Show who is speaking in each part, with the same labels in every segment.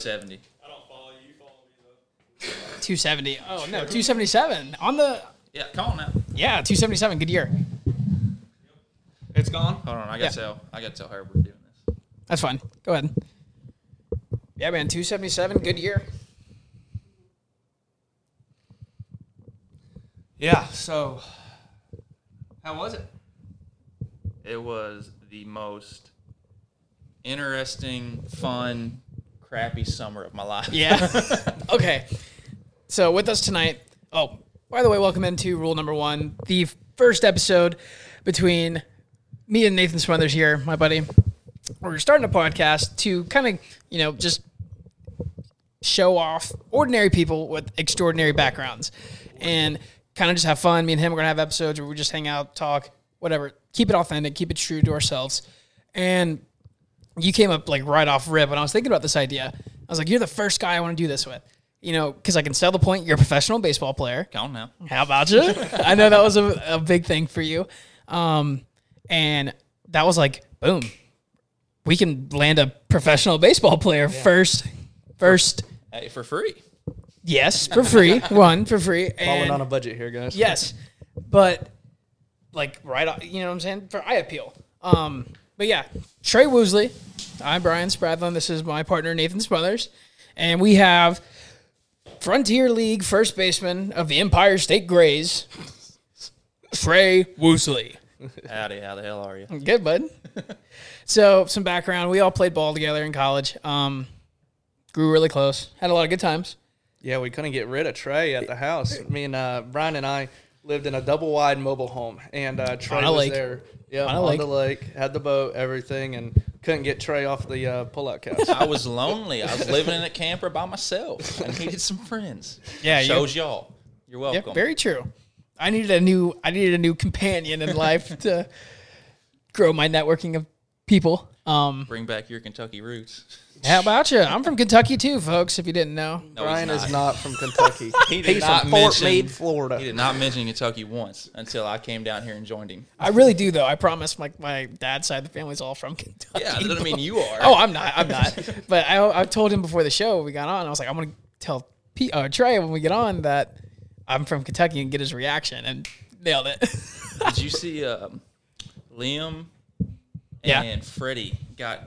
Speaker 1: Seventy.
Speaker 2: I don't follow you. You follow me though.
Speaker 3: 270. Oh, no, 277. On the,
Speaker 1: Yeah, come on now.
Speaker 3: yeah, 277. Good year.
Speaker 4: It's gone.
Speaker 1: Hold on, I gotta
Speaker 3: Yeah.
Speaker 1: tell. I gotta tell her we're doing this.
Speaker 3: That's fine. Go ahead. Yeah, man, 277. Good year.
Speaker 4: Yeah. So, how was it?
Speaker 1: It was the most interesting, fun, crappy summer of my life.
Speaker 3: Yeah. okay. So with us tonight. Oh, by the way, welcome into rule number one, the first episode between me and Nathan Smothers here, my buddy. We're starting a podcast to kind of, you know, just show off ordinary people with extraordinary backgrounds and kind of just have fun. Me and him are going to have episodes where we just hang out, talk, whatever. Keep it authentic, keep it true to ourselves. And you came up like right off rip when I was thinking about this idea. I was like, you're the first guy I want to do this with. You know, because I can sell the point. You're a professional baseball player.
Speaker 1: Come on now.
Speaker 3: How about you? I know that was a, a big thing for you. Um, and that was like, boom, we can land a professional baseball player first. First,
Speaker 1: Hey, for free.
Speaker 3: yes, for free. one, for free.
Speaker 4: Falling
Speaker 3: and-
Speaker 4: on a budget here, guys.
Speaker 3: Yes, but like right, off, you know what I'm saying for eye appeal. Um, but yeah, Trey Woosley, I'm Brian Spradlin. This is my partner Nathan Smothers, and we have Frontier League first baseman of the Empire State Grays, Trey Woosley.
Speaker 1: Howdy, how the hell are you?
Speaker 3: Good, bud. so some background: we all played ball together in college. Um, grew really close. Had a lot of good times.
Speaker 4: Yeah, we couldn't get rid of Trey at the house. Me and uh, Brian and I lived in a double wide mobile home, and uh, Trey
Speaker 3: On a
Speaker 4: was
Speaker 3: lake.
Speaker 4: there. Yeah,
Speaker 3: On
Speaker 4: on,
Speaker 3: a lake.
Speaker 4: the lake, had the boat, everything, and couldn't get Trey off the uh, pullout couch.
Speaker 1: I was lonely. I was living in a camper by myself. I needed some friends.
Speaker 3: Yeah, you-
Speaker 1: shows y'all. You're
Speaker 3: Yeah,
Speaker 1: welcome.
Speaker 3: very true. I needed a new I needed a new companion in life to grow my networking of people. Um,
Speaker 1: Bring back your Kentucky roots.
Speaker 3: how about you? I'm from Kentucky too, folks. If you didn't know,
Speaker 1: No, he's
Speaker 4: Brian is not from Kentucky.
Speaker 1: He did
Speaker 4: He's
Speaker 1: not
Speaker 4: from Fort
Speaker 1: mention-
Speaker 4: Meade, Florida.
Speaker 1: He did not mention Kentucky once until I came down here and joined him.
Speaker 3: I really do though. I promise. Like my dad's side of the family's all from Kentucky.
Speaker 1: Yeah, that doesn't mean you are.
Speaker 3: Oh, I'm not. I'm not. but I, I told him before the show we got on. I was like, I'm gonna tell P, uh, Trey when we get on that I'm from Kentucky and get his reaction and nailed it.
Speaker 1: Did you see um, Liam
Speaker 3: Yeah.
Speaker 1: and Freddie got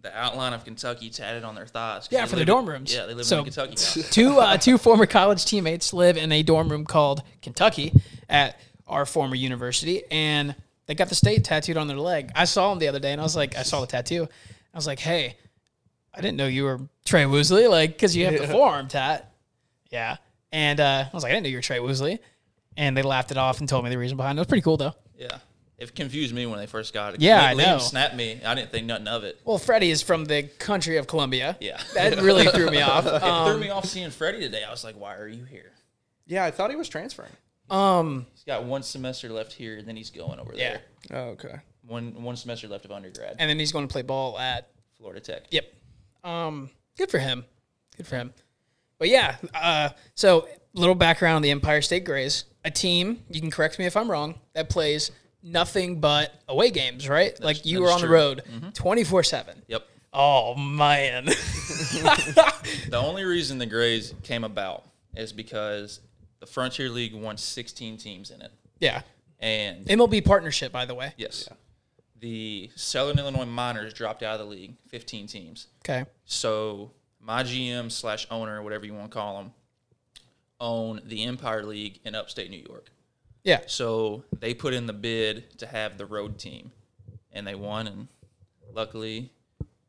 Speaker 1: the outline of Kentucky tatted on their thighs? 'Cause
Speaker 3: Yeah,
Speaker 1: they
Speaker 3: for their
Speaker 1: live
Speaker 3: dorm
Speaker 1: in-
Speaker 3: rooms.
Speaker 1: Yeah, they live
Speaker 3: So-
Speaker 1: in Kentucky now.
Speaker 3: two uh, two former college teammates live in a dorm room called Kentucky at our former university, and they got the state tattooed on their leg. I saw them the other day, and I was like, I saw the tattoo. I was like, hey, I didn't know you were Trey Woosley, like because you have the forearm tat. Yeah, and uh, I was like, I didn't know you were Trey Woosley, and they laughed it off and told me the reason behind it. It was pretty cool though.
Speaker 1: Yeah. It confused me when they first got it.
Speaker 3: Yeah,
Speaker 1: Liam
Speaker 3: I know.
Speaker 1: snapped me. I didn't think nothing of it.
Speaker 3: Well, Freddie is from the country of Colombia.
Speaker 1: Yeah.
Speaker 3: that really threw me off.
Speaker 1: It
Speaker 3: Um,
Speaker 1: threw me off seeing Freddie today. I was like, why are you here?
Speaker 4: yeah, I thought he was transferring.
Speaker 3: um,
Speaker 1: He's got one semester left here, and then he's going over
Speaker 3: Yeah.
Speaker 1: there.
Speaker 4: Oh, okay.
Speaker 1: One one semester left of undergrad,
Speaker 3: and then he's going to play ball at
Speaker 1: Florida Tech.
Speaker 3: Yep. Um, good for him. Good for him. But yeah, uh, so little background on the Empire State Grays, a team. You can correct me if I'm wrong. That plays nothing but away games, right? like you
Speaker 1: that
Speaker 3: were
Speaker 1: is
Speaker 3: on the
Speaker 1: true. Mm-hmm.
Speaker 3: road, twenty four seven.
Speaker 1: Yep.
Speaker 3: Oh man.
Speaker 1: The only reason the Grays came about is because the Frontier League won 16 teams in it,
Speaker 3: yeah.
Speaker 1: and
Speaker 3: MLB partnership, by the way.
Speaker 1: Yes. The Southern Illinois Miners dropped out of the league, 15 teams.
Speaker 3: Okay.
Speaker 1: So my GM slash owner, whatever you want to call them, own the Empire League in upstate New York.
Speaker 3: Yeah.
Speaker 1: So they put in the bid to have the road team, and they won. And luckily,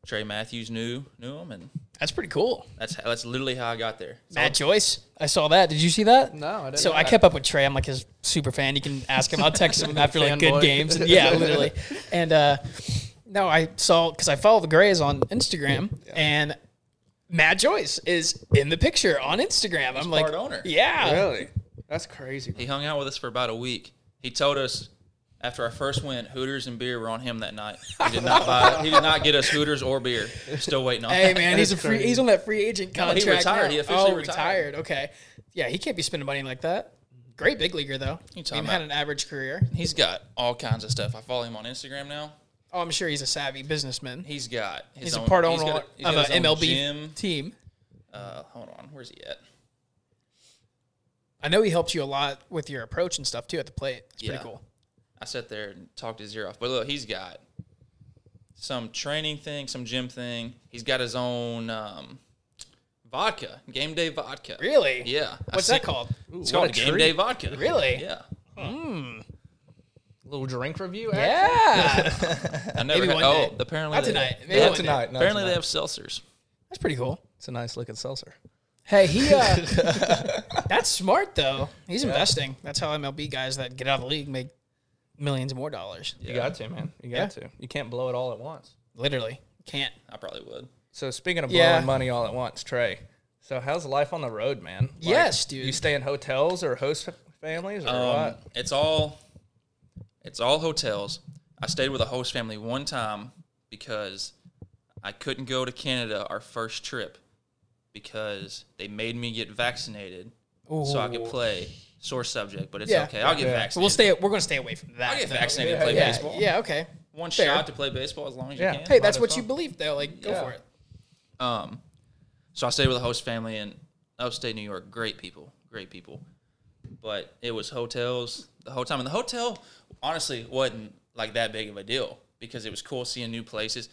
Speaker 1: Trey Matthews knew knew him, and
Speaker 3: That's pretty cool.
Speaker 1: that's how, that's literally how I got there. So
Speaker 3: Matt Joyce. I saw that. Did you see that?
Speaker 4: No, I didn't
Speaker 3: So
Speaker 4: know
Speaker 3: I
Speaker 4: that.
Speaker 3: kept up with Trey. I'm like his super fan. You can ask him. I'll text him after like good
Speaker 4: Fanboy.
Speaker 3: games. And yeah, literally. And uh, no, I saw because I follow the Grays on Instagram, and Matt Joyce is in the picture on Instagram. I'm like,
Speaker 1: part owner.
Speaker 3: yeah,
Speaker 4: Really? That's crazy.
Speaker 1: He hung out with us for about a week. He told us after our first win, Hooters and beer were on him that night. He did not buy. He did not get us Hooters or beer. Still waiting on.
Speaker 3: Hey
Speaker 1: that.
Speaker 3: man, he's a free. He's on that free agent contract.
Speaker 1: retired.
Speaker 3: now.
Speaker 1: He officially
Speaker 3: oh,
Speaker 1: retired.
Speaker 3: retired. Okay, yeah, he can't be spending money like that. Great big leaguer though.
Speaker 1: You
Speaker 3: I
Speaker 1: talking
Speaker 3: mean, had
Speaker 1: about-
Speaker 3: an average career.
Speaker 1: He's got all kinds of stuff. I follow him on Instagram now.
Speaker 3: Oh, I'm sure he's a savvy businessman.
Speaker 1: He's got. His
Speaker 3: He's
Speaker 1: own-
Speaker 3: a part
Speaker 1: he's
Speaker 3: owner
Speaker 1: got a- he's got
Speaker 3: of
Speaker 1: his
Speaker 3: an
Speaker 1: own
Speaker 3: MLB
Speaker 1: gym.
Speaker 3: team.
Speaker 1: Uh, hold on, where's he at?
Speaker 3: I know he helped you a lot with your approach and stuff too at the plate. It's
Speaker 1: Yeah.
Speaker 3: pretty cool.
Speaker 1: I sat there and talked his ear off. But look, he's got some training thing, some gym thing. He's got his own um, vodka, game day vodka.
Speaker 3: Really?
Speaker 1: Yeah. I
Speaker 3: What's
Speaker 1: seen-
Speaker 3: that called?
Speaker 1: It's
Speaker 4: Ooh, what
Speaker 1: called
Speaker 4: a
Speaker 1: game
Speaker 4: treat.
Speaker 1: day vodka.
Speaker 3: Really?
Speaker 1: Yeah.
Speaker 4: Little drink review. eh? action?
Speaker 3: Yeah.
Speaker 1: I never.
Speaker 3: Maybe
Speaker 1: had-
Speaker 3: one
Speaker 1: oh,
Speaker 3: day.
Speaker 1: apparently
Speaker 3: Not
Speaker 1: they-
Speaker 3: tonight. Maybe
Speaker 1: they-
Speaker 3: one
Speaker 5: Not
Speaker 3: day.
Speaker 5: tonight. Not
Speaker 1: apparently
Speaker 5: tonight.
Speaker 1: they have seltzers.
Speaker 3: That's pretty cool.
Speaker 4: It's a nice looking seltzer.
Speaker 3: Hey, he. Uh, that's smart though. He's investing. That's how MLB guys that get out of the league make millions more dollars.
Speaker 4: You got to, man. You got
Speaker 3: Yeah.
Speaker 4: to. You can't blow it all at once.
Speaker 3: Literally can't.
Speaker 1: I probably would.
Speaker 4: So speaking of blowing
Speaker 3: Yeah.
Speaker 4: money all at once, Trey. So how's life on the road, man? Like,
Speaker 3: Yes, dude.
Speaker 4: You stay in hotels or host fa- families or
Speaker 1: Um,
Speaker 4: what?
Speaker 1: it's all it's all hotels. I stayed with a host family one time because I couldn't go to Canada our first trip because they made me get vaccinated so I could play. Sore subject, but it's
Speaker 3: Yeah.
Speaker 1: okay. I'll get
Speaker 3: So we'll
Speaker 1: vaccinated.
Speaker 3: stay. We're gonna stay away from that.
Speaker 1: I'll get
Speaker 3: though.
Speaker 1: vaccinated and play
Speaker 3: Yeah.
Speaker 1: baseball.
Speaker 3: Yeah. Okay.
Speaker 1: One
Speaker 3: Fair.
Speaker 1: shot to play baseball as long as
Speaker 4: Yeah.
Speaker 1: you can.
Speaker 3: Hey,
Speaker 1: Might
Speaker 3: that's
Speaker 1: as
Speaker 3: what
Speaker 1: well.
Speaker 3: you believe though. Like, go
Speaker 4: Yeah.
Speaker 3: for it.
Speaker 1: Um, so I stayed with a host family in upstate New York. Great people, great people. But it was hotels the whole time, and the hotel honestly wasn't like that big of a deal because it was cool seeing new places.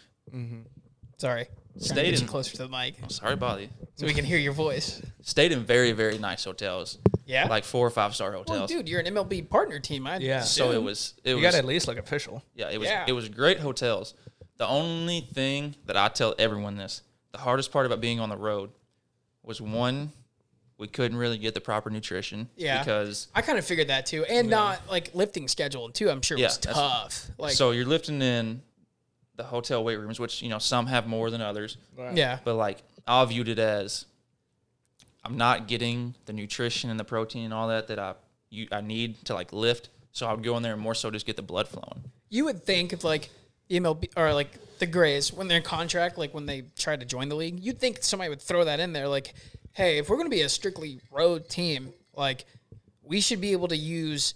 Speaker 3: Sorry.
Speaker 1: Stayed
Speaker 3: Stay
Speaker 1: in-
Speaker 3: closer to the mic
Speaker 1: Sorry, about you.
Speaker 3: so we can hear your voice.
Speaker 1: Stayed in very, very nice hotels.
Speaker 3: Yeah?
Speaker 1: like four or five star hotels.
Speaker 3: Well, Oh, dude, you're an MLB partner team. I
Speaker 4: Yeah.
Speaker 1: so it was. It
Speaker 4: You
Speaker 1: was.
Speaker 4: got to at least look official.
Speaker 1: Yeah, it was
Speaker 3: Yeah.
Speaker 1: it was great hotels. The only thing that I tell everyone this, the hardest part about being on the road was one, we couldn't really get the proper nutrition.
Speaker 3: Yeah.
Speaker 1: Because
Speaker 3: I kind of figured that too, and not like lifting schedule too. I'm sure
Speaker 1: Yeah,
Speaker 3: was
Speaker 1: that's-
Speaker 3: tough. Like,
Speaker 1: so you're lifting in the hotel weight rooms, which you know some have more than others.
Speaker 3: yeah,
Speaker 1: But like I viewed it as I'm not getting the nutrition and the protein and all that that I you, I need to like lift. So I would go in there and more so just get the blood flowing.
Speaker 3: you would think if like the MLB or like the Grays when they're in contract, like when they try to join the league, you'd think somebody would throw that in there. Like, hey, if we're gonna be a strictly road team, like we should be able to use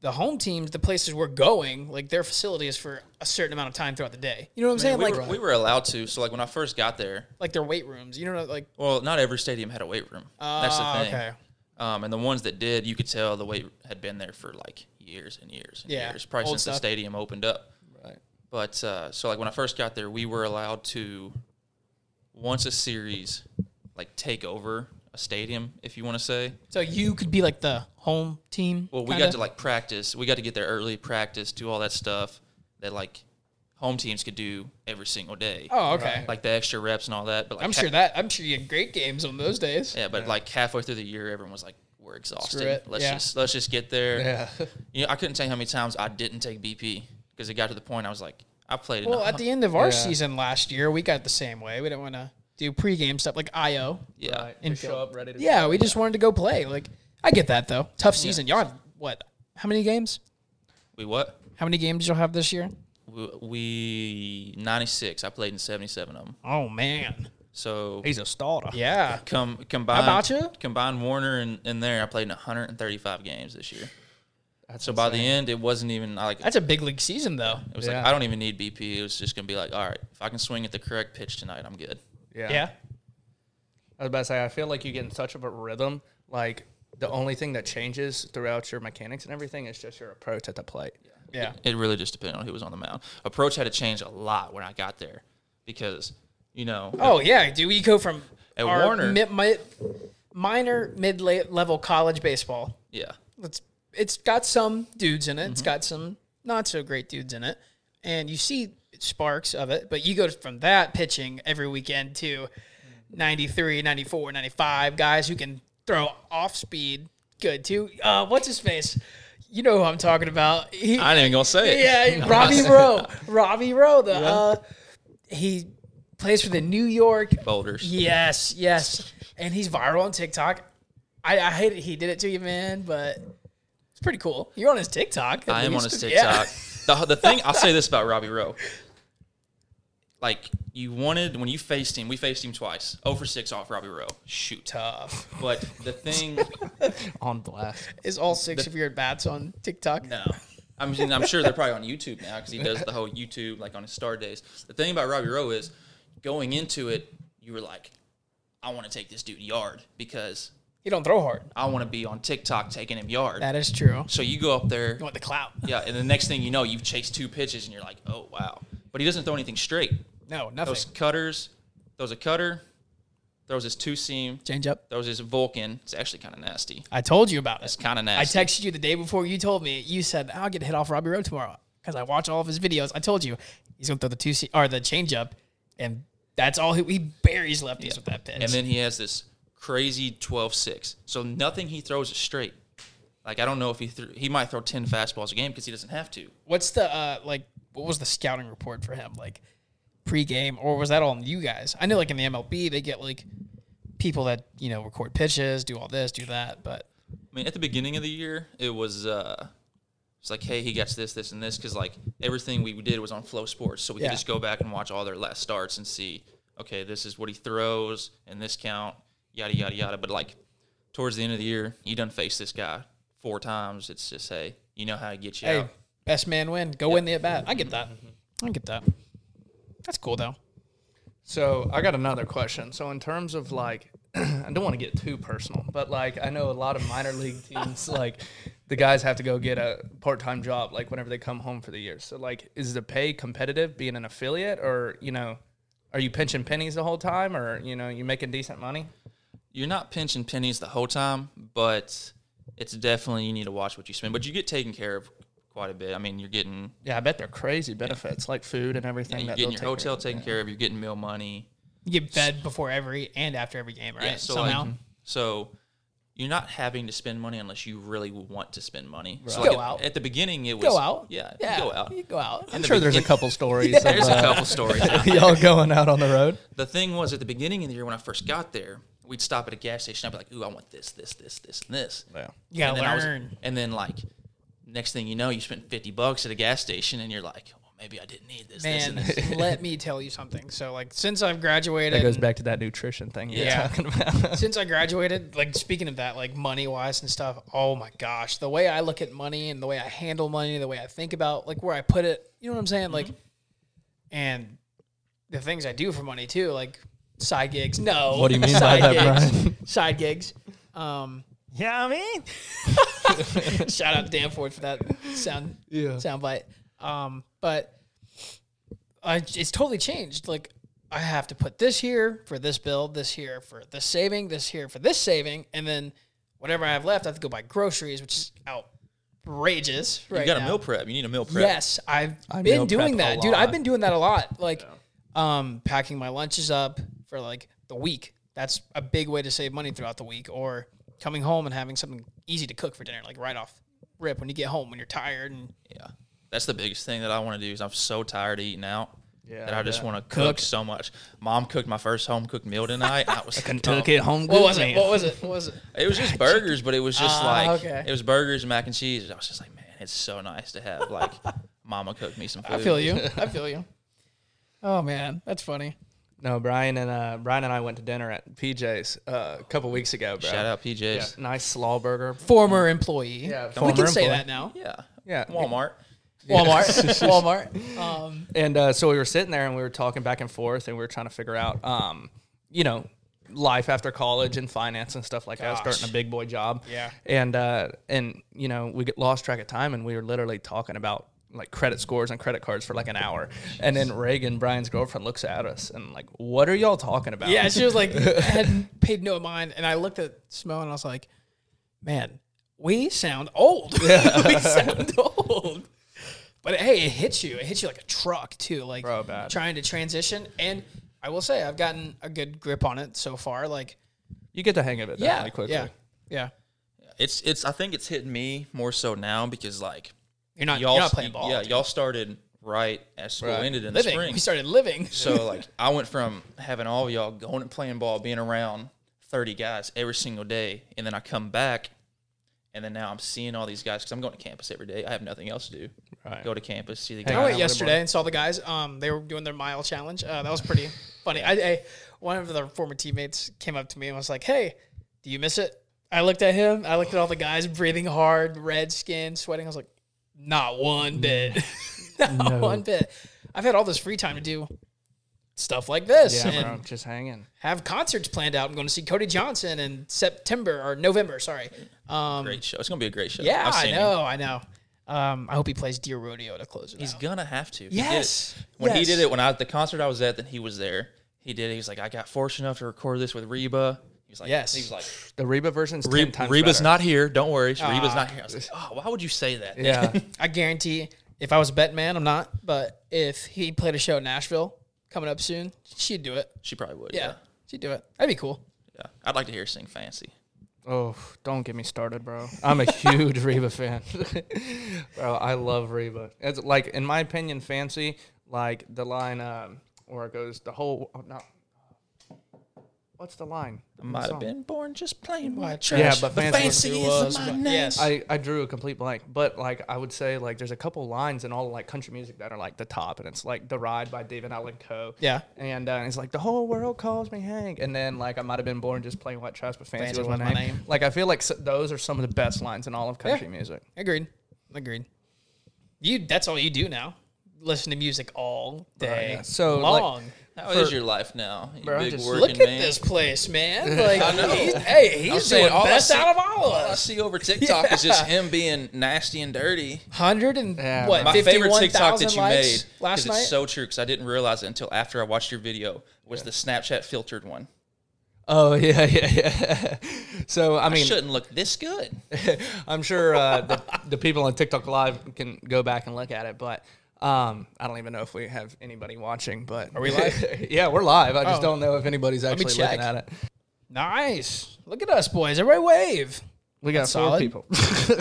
Speaker 3: the home teams, the places we're going, like their facilities for a certain amount of time throughout the day. You know what I'm saying?
Speaker 1: we,
Speaker 3: Like,
Speaker 1: were, we were allowed to. So like when I first got there,
Speaker 3: like their weight rooms. You know, like
Speaker 1: Well, not every stadium had a weight room. That's the
Speaker 3: Ah,
Speaker 1: thing.
Speaker 3: okay.
Speaker 1: Um, and the ones that did, you could tell the weight had been there for like years and years and
Speaker 3: Yeah,
Speaker 1: years, probably
Speaker 3: old
Speaker 1: since the
Speaker 3: stuff.
Speaker 1: stadium opened up.
Speaker 4: Right.
Speaker 1: But uh, so, like when I first got there, we were allowed to once a series, like take over a stadium, if you want to say.
Speaker 3: so you could be like the home team.
Speaker 1: Well, we
Speaker 3: kinda?
Speaker 1: got to like practice. We got to get there early, practice, do all that stuff that like home teams could do every single day,
Speaker 3: Oh, okay.
Speaker 1: like the extra reps and all that. But like
Speaker 3: I'm
Speaker 1: ha-
Speaker 3: sure that I'm sure you had great games on those days.
Speaker 1: Yeah, but like halfway through the year, everyone was like, "We're exhausted.
Speaker 3: it,
Speaker 1: Let's
Speaker 3: yeah.
Speaker 1: just let's just get there."
Speaker 4: Yeah.
Speaker 1: You know, I couldn't tell you how many times I didn't take BP because it got to the point I was like, "I played."
Speaker 3: Well,
Speaker 1: enough.
Speaker 3: at the end of our
Speaker 4: Yeah.
Speaker 3: season last year, we got the same way. We didn't want to do pregame stuff like IO.
Speaker 1: yeah,
Speaker 4: Right.
Speaker 3: And
Speaker 4: Just show
Speaker 3: field.
Speaker 4: up ready to.
Speaker 3: Yeah, we just wanted to go play. Like I get that though. Tough season. Y'all had what? How many games?
Speaker 1: we what?
Speaker 3: How many games did y'all have this year?
Speaker 1: We, we ninety six. I played in seventy seven of them.
Speaker 3: Oh man.
Speaker 1: So
Speaker 4: He's a starter.
Speaker 3: Yeah.
Speaker 1: come combine
Speaker 3: about you?
Speaker 1: combine Warner and in there. I played in one hundred and thirty five games this year. so by the end, it wasn't even I like.
Speaker 3: That's a big league season though.
Speaker 1: it was
Speaker 4: Yeah.
Speaker 1: like I don't even need BP. It was just gonna be like, all right, if I can swing at the correct pitch tonight, I'm good.
Speaker 4: Yeah.
Speaker 3: Yeah.
Speaker 4: I was about to say, I feel like you get in such of a rhythm. Like the only thing that changes throughout your mechanics and everything is just your approach at the plate.
Speaker 3: Yeah.
Speaker 1: It really just depended on who was on the mound. Approach had to change a lot when I got there because, you know,
Speaker 3: Oh yeah, dude. We go from
Speaker 1: At
Speaker 3: our
Speaker 1: Warner-
Speaker 3: mi- mi- minor mid level college baseball
Speaker 1: yeah,
Speaker 3: it's it's got some dudes in it. It's got some not so great dudes in it, and you see sparks of it. But you go from that pitching every weekend to 93, 94, 95 guys who can throw off speed good too. Uh, what's his face? You know who I'm talking about. He,
Speaker 1: I ain't even gonna say it.
Speaker 3: yeah, Robbie Rowe. Robbie Rowe. The uh, he plays for the New York
Speaker 1: Boulders.
Speaker 3: Yes, yes. And he's viral on TikTok. I, I hate it. He did it to you, man, but it's pretty cool. You're on his TikTok. at
Speaker 1: I am on
Speaker 3: least.
Speaker 1: his
Speaker 3: Yeah.
Speaker 1: TikTok. The, the thing I'll say this about Robbie Rowe, like you wanted when you faced him, we faced him twice, 0 for six off Robbie Rowe. Shoot,
Speaker 3: Tough.
Speaker 1: but the thing,
Speaker 4: On blast.
Speaker 3: Is all six of your at bats on TikTok?
Speaker 1: no, I'm I'm sure they're probably on YouTube now because he does the whole YouTube like on his star days. The thing about Robbie Rowe is going into it, you were like, I want to take this dude yard because
Speaker 3: You don't throw hard.
Speaker 1: I want to be on TikTok taking him yard.
Speaker 3: That is true.
Speaker 1: so you go up there,
Speaker 3: You want the clout?
Speaker 1: yeah, and the next thing you know, you've chased two pitches, and you're like, oh wow. But he doesn't throw anything straight.
Speaker 3: No, nothing.
Speaker 1: Those cutters, throws a cutter, throws his two seam,
Speaker 3: Change up.
Speaker 1: throws his Vulcan. It's actually kind of nasty.
Speaker 3: I told you about
Speaker 1: It's
Speaker 3: this.
Speaker 1: kind of
Speaker 3: I
Speaker 1: nasty.
Speaker 3: texted you the day before you told me. You said I'll get a hit off Robbie Rowe tomorrow because I watch all of his videos. I told you he's gonna throw the two se- or the change up, and that's all he, he buries lefties with that pitch.
Speaker 1: and then he has this crazy 12-6. So nothing he throws is straight. Like I don't know if he threw, he might throw 10 fastballs a game because he doesn't have to.
Speaker 3: what's the uh like? What was the scouting report for him like pregame or was that all on you guys? I know like in the MLB they get like people that you know record pitches, do all this, do that, but
Speaker 1: I mean, at the beginning of the year, it was uh, it's like, hey, he gets this, this, and this, because like everything we did was on Flow Sports, so we
Speaker 3: Yeah.
Speaker 1: could just go back and watch all their last starts and see, okay, this is what he throws and this count, yada yada yada. But like towards the end of the year, you done face this guy four times. It's just hey, you know how to get you
Speaker 3: hey,
Speaker 1: out.
Speaker 3: best man win, go win the at bat. I get that.
Speaker 1: Mm-hmm.
Speaker 3: I get that. That's cool though.
Speaker 4: So I got another question. So in terms of like, I don't want to get too personal, but like I know a lot of minor league teams like the guys have to go get a part time job like whenever they come home for the year. So like, is the pay competitive being an affiliate, or you know, are you pinching pennies the whole time, or you know, you making decent money?
Speaker 1: You're not pinching pennies the whole time, but it's definitely you need to watch what you spend. But you get taken care of quite a bit. I mean, you're getting
Speaker 4: Yeah, I bet they're crazy benefits like food and everything.
Speaker 1: you're
Speaker 4: that
Speaker 1: getting
Speaker 4: they'll
Speaker 1: your
Speaker 4: take
Speaker 1: hotel
Speaker 4: care of.
Speaker 1: taken care of. You're getting meal money.
Speaker 3: You get fed before every and after every game, right?
Speaker 1: Yeah, so
Speaker 3: Somehow.
Speaker 1: like, so you're not having to spend money unless you really want to spend money. So
Speaker 3: Right.
Speaker 1: like
Speaker 3: Go
Speaker 1: at,
Speaker 3: out.
Speaker 1: at the beginning, it was
Speaker 3: go out.
Speaker 1: Yeah, you
Speaker 3: yeah.
Speaker 1: go out.
Speaker 3: You go out.
Speaker 4: I'm sure there's a couple stories. of,
Speaker 1: There's a
Speaker 4: uh,
Speaker 1: couple stories. now.
Speaker 4: y'all going out on the road.
Speaker 1: The thing was, at the beginning of the year when I first got there, we'd stop at a gas station. I'd be like, "Ooh, I want this, this, this, this, and this."
Speaker 4: Yeah.
Speaker 3: You gotta
Speaker 1: and then I was-
Speaker 3: learn.
Speaker 1: and then like, next thing you know, you spent fifty bucks at a gas station, and you're like, "Well, maybe I didn't need this, this, and
Speaker 3: Man,
Speaker 1: this."
Speaker 3: let me tell you something. So like since I've graduated
Speaker 4: That goes back to that nutrition thing you're
Speaker 3: Yeah.
Speaker 4: talking about.
Speaker 3: since I graduated, like speaking of that, like money wise and stuff, oh my gosh, the way I look at money and the way I handle money, the way I think about like where I put it, you know what I'm saying? Like, and the things I do for money too, like side gigs. No,
Speaker 4: What do you mean by
Speaker 3: side
Speaker 4: that,
Speaker 3: gigs,
Speaker 4: Brian?
Speaker 3: Side gigs. Um,
Speaker 4: yeah, I mean.
Speaker 3: shout out to Danforth for that sound
Speaker 4: Yeah.
Speaker 3: sound bite. Um, but I, it's totally changed. Like I have to put this here for this bill, this here for this saving, this here for this saving, and then whatever I have left, I have to go buy groceries, which is outrageous. Right?
Speaker 1: you got
Speaker 3: now.
Speaker 1: a meal prep. You need a meal prep.
Speaker 3: Yes, I've
Speaker 4: I meal
Speaker 3: been
Speaker 4: prep
Speaker 3: doing
Speaker 4: a
Speaker 3: that, dude.
Speaker 4: lot.
Speaker 3: I've been doing that a lot. Like, um, packing my lunches up for like the week. That's a big way to save money throughout the week. Or coming home and having something easy to cook for dinner, like right off rip when you get home when you're tired and
Speaker 1: Yeah. That's the biggest thing that I want to do is I'm so tired of eating out.
Speaker 4: Yeah,
Speaker 1: that
Speaker 4: I
Speaker 1: I just
Speaker 4: bet.
Speaker 1: want to cook so much. Mom cooked my first home cooked meal tonight. and I was oh,
Speaker 4: Kentucky home.
Speaker 3: what
Speaker 4: good
Speaker 3: was it?
Speaker 4: man.
Speaker 3: What was it? What was it?
Speaker 1: it was just burgers, but it was just
Speaker 3: Ah,
Speaker 1: like
Speaker 3: okay.
Speaker 1: it was burgers, mac and cheese. and I was just like, man, it's so nice to have like Mama cook me some food.
Speaker 3: I feel you. I feel you. Oh man, that's funny.
Speaker 4: No, Brian and uh, Brian and I went to dinner at PJ's uh, a couple weeks ago, bro.
Speaker 1: Shout out PJs.
Speaker 4: Yeah, nice slaw burger.
Speaker 3: Former employee.
Speaker 4: Yeah,
Speaker 3: we
Speaker 4: former
Speaker 3: can say
Speaker 4: employee.
Speaker 3: that now.
Speaker 1: Yeah.
Speaker 4: Yeah.
Speaker 1: Walmart.
Speaker 3: Walmart. Walmart. Um,
Speaker 4: And uh, so we were sitting there and we were talking back and forth and we were trying to figure out, um, you know, life after college and finance and stuff like that,
Speaker 3: Gosh.
Speaker 4: starting a big boy job.
Speaker 3: Yeah.
Speaker 4: And uh, and you know we get lost track of time and we were literally talking about like credit scores and credit cards for like an hour. And then Reagan, Brian's girlfriend, looks at us and like, what are y'all talking about?
Speaker 3: Yeah, she was like, I hadn't paid no mind. And I looked at Smo and I was like, man, we sound old. we sound old. But hey, it hits you. It hits you like a truck, too. Like
Speaker 4: Bro, bad.
Speaker 3: trying to transition. And I will say, I've gotten a good grip on it so far. Like,
Speaker 4: you get the hang of it
Speaker 3: yeah,
Speaker 4: definitely quickly.
Speaker 3: yeah, yeah.
Speaker 1: It's it's I think it's hitting me more so now because like
Speaker 3: You're not,
Speaker 1: y'all
Speaker 3: you're not playing ball.
Speaker 1: Yeah, y'all started right as school
Speaker 4: Right.
Speaker 1: ended in the
Speaker 3: living.
Speaker 1: spring.
Speaker 3: We started living.
Speaker 1: So like I went from having all of y'all going and playing ball, being around thirty guys every single day, and then I come back, and then now I'm seeing all these guys because I'm going to campus every day. I have nothing else to do.
Speaker 4: Right.
Speaker 1: Go to campus, see the
Speaker 4: Hang
Speaker 1: guys.
Speaker 3: I
Speaker 4: on.
Speaker 3: went
Speaker 4: Yeah,
Speaker 3: yesterday and saw the guys. Um, they were doing their mile challenge. Uh, that was pretty funny. I, I one of their former teammates came up to me and was like, "Hey, do you miss it?" I looked at him. I looked at all the guys breathing hard, red skin, sweating. I was like,
Speaker 1: Mm.
Speaker 3: "Not one bit, not one bit." I've had all this free time to do stuff like this
Speaker 4: Yeah,
Speaker 3: and
Speaker 4: bro, just hanging.
Speaker 3: have concerts planned out. I'm going to see Cody Johnson in September or November. Sorry. Um,
Speaker 1: Great show. It's gonna be a great show.
Speaker 3: yeah,
Speaker 1: I've
Speaker 3: I
Speaker 1: seen him.
Speaker 3: know, I know. Um, I hope he plays Dear Rodeo to close it
Speaker 1: He's
Speaker 3: out.
Speaker 1: gonna have to. He did it.
Speaker 3: Yes,
Speaker 1: When he
Speaker 3: yes.
Speaker 1: did it, when I the concert I was at, that he was there. He did. it. He was like, I got fortunate enough to record this with Reba. He was like,
Speaker 3: Yes.
Speaker 1: He was like,
Speaker 4: The Reba version's
Speaker 1: "Re-
Speaker 4: ten times
Speaker 1: Reba's
Speaker 4: better.
Speaker 1: not here. Don't worry.
Speaker 3: Ah.
Speaker 1: Reba's not here. I was like, oh, why would you say that?
Speaker 4: Yeah,
Speaker 3: I guarantee if I was a bet man, I'm not, but if he played a show in Nashville coming up soon, she'd do it.
Speaker 1: She probably would.
Speaker 3: Yeah,
Speaker 1: Yeah.
Speaker 3: she'd do it. That'd be cool.
Speaker 1: Yeah. I'd like to hear her sing Fancy.
Speaker 4: Oh, don't get me started, bro. I'm a huge Reba fan. bro, I love Reba. It's like in my opinion, fancy, like the line um where it goes the whole oh, no what's the line?
Speaker 1: Might have been born just plain
Speaker 3: Mm-hmm.
Speaker 1: white trash.
Speaker 4: Yeah, but
Speaker 1: the
Speaker 4: Fancy
Speaker 1: fancy
Speaker 3: It
Speaker 1: is
Speaker 3: was,
Speaker 1: my
Speaker 3: but-
Speaker 1: name.
Speaker 3: Yes.
Speaker 4: I, I drew a complete blank, but like I would say like there's a couple lines in all like country music that are like the top, and it's like the ride by David Allen Coe.
Speaker 3: Yeah.
Speaker 4: and uh, it's like the whole world calls me Hank, and then like I might have been born just playing white trash, but fancy,
Speaker 3: Fancy
Speaker 4: was my, name. Like I feel like s those are some of the best lines in all of country music.
Speaker 3: Agreed. Agreed. You that's all you do now. Listen to music all day.
Speaker 4: yeah. So, like,
Speaker 3: long.
Speaker 1: How is your life now? You
Speaker 4: Bro, I
Speaker 1: big
Speaker 4: just-
Speaker 1: working
Speaker 3: Look at
Speaker 1: man.
Speaker 3: this place, man. Like
Speaker 1: I know.
Speaker 3: he's, hey,
Speaker 1: I'm
Speaker 3: he's
Speaker 1: saying
Speaker 3: doing
Speaker 1: all I
Speaker 3: best
Speaker 1: see-
Speaker 3: out of all
Speaker 1: All
Speaker 3: of
Speaker 1: I
Speaker 3: us.
Speaker 1: see over TikTok is just him being nasty and dirty.
Speaker 3: Hundred and
Speaker 4: Yeah,
Speaker 3: what?
Speaker 4: bro.
Speaker 1: My favorite
Speaker 3: 51,000
Speaker 1: TikTok that you
Speaker 3: likes
Speaker 1: made
Speaker 3: last
Speaker 1: 'cause
Speaker 3: night.
Speaker 1: It's so true because I didn't realize it until after I watched your video. Was the Snapchat filtered one?
Speaker 4: Oh yeah, yeah, yeah. so I mean,
Speaker 1: Shouldn't look this good.
Speaker 4: I'm sure uh, the, the people on TikTok Live can go back and look at it, but um, I don't even know if we have anybody watching. But are
Speaker 3: we live?
Speaker 4: yeah, we're live. I just
Speaker 3: Oh.
Speaker 4: don't know if anybody's
Speaker 3: me
Speaker 4: actually looking
Speaker 3: check.
Speaker 4: at it.
Speaker 3: nice. Look at us, boys. Everybody wave.
Speaker 4: We got four
Speaker 3: solid.
Speaker 4: people.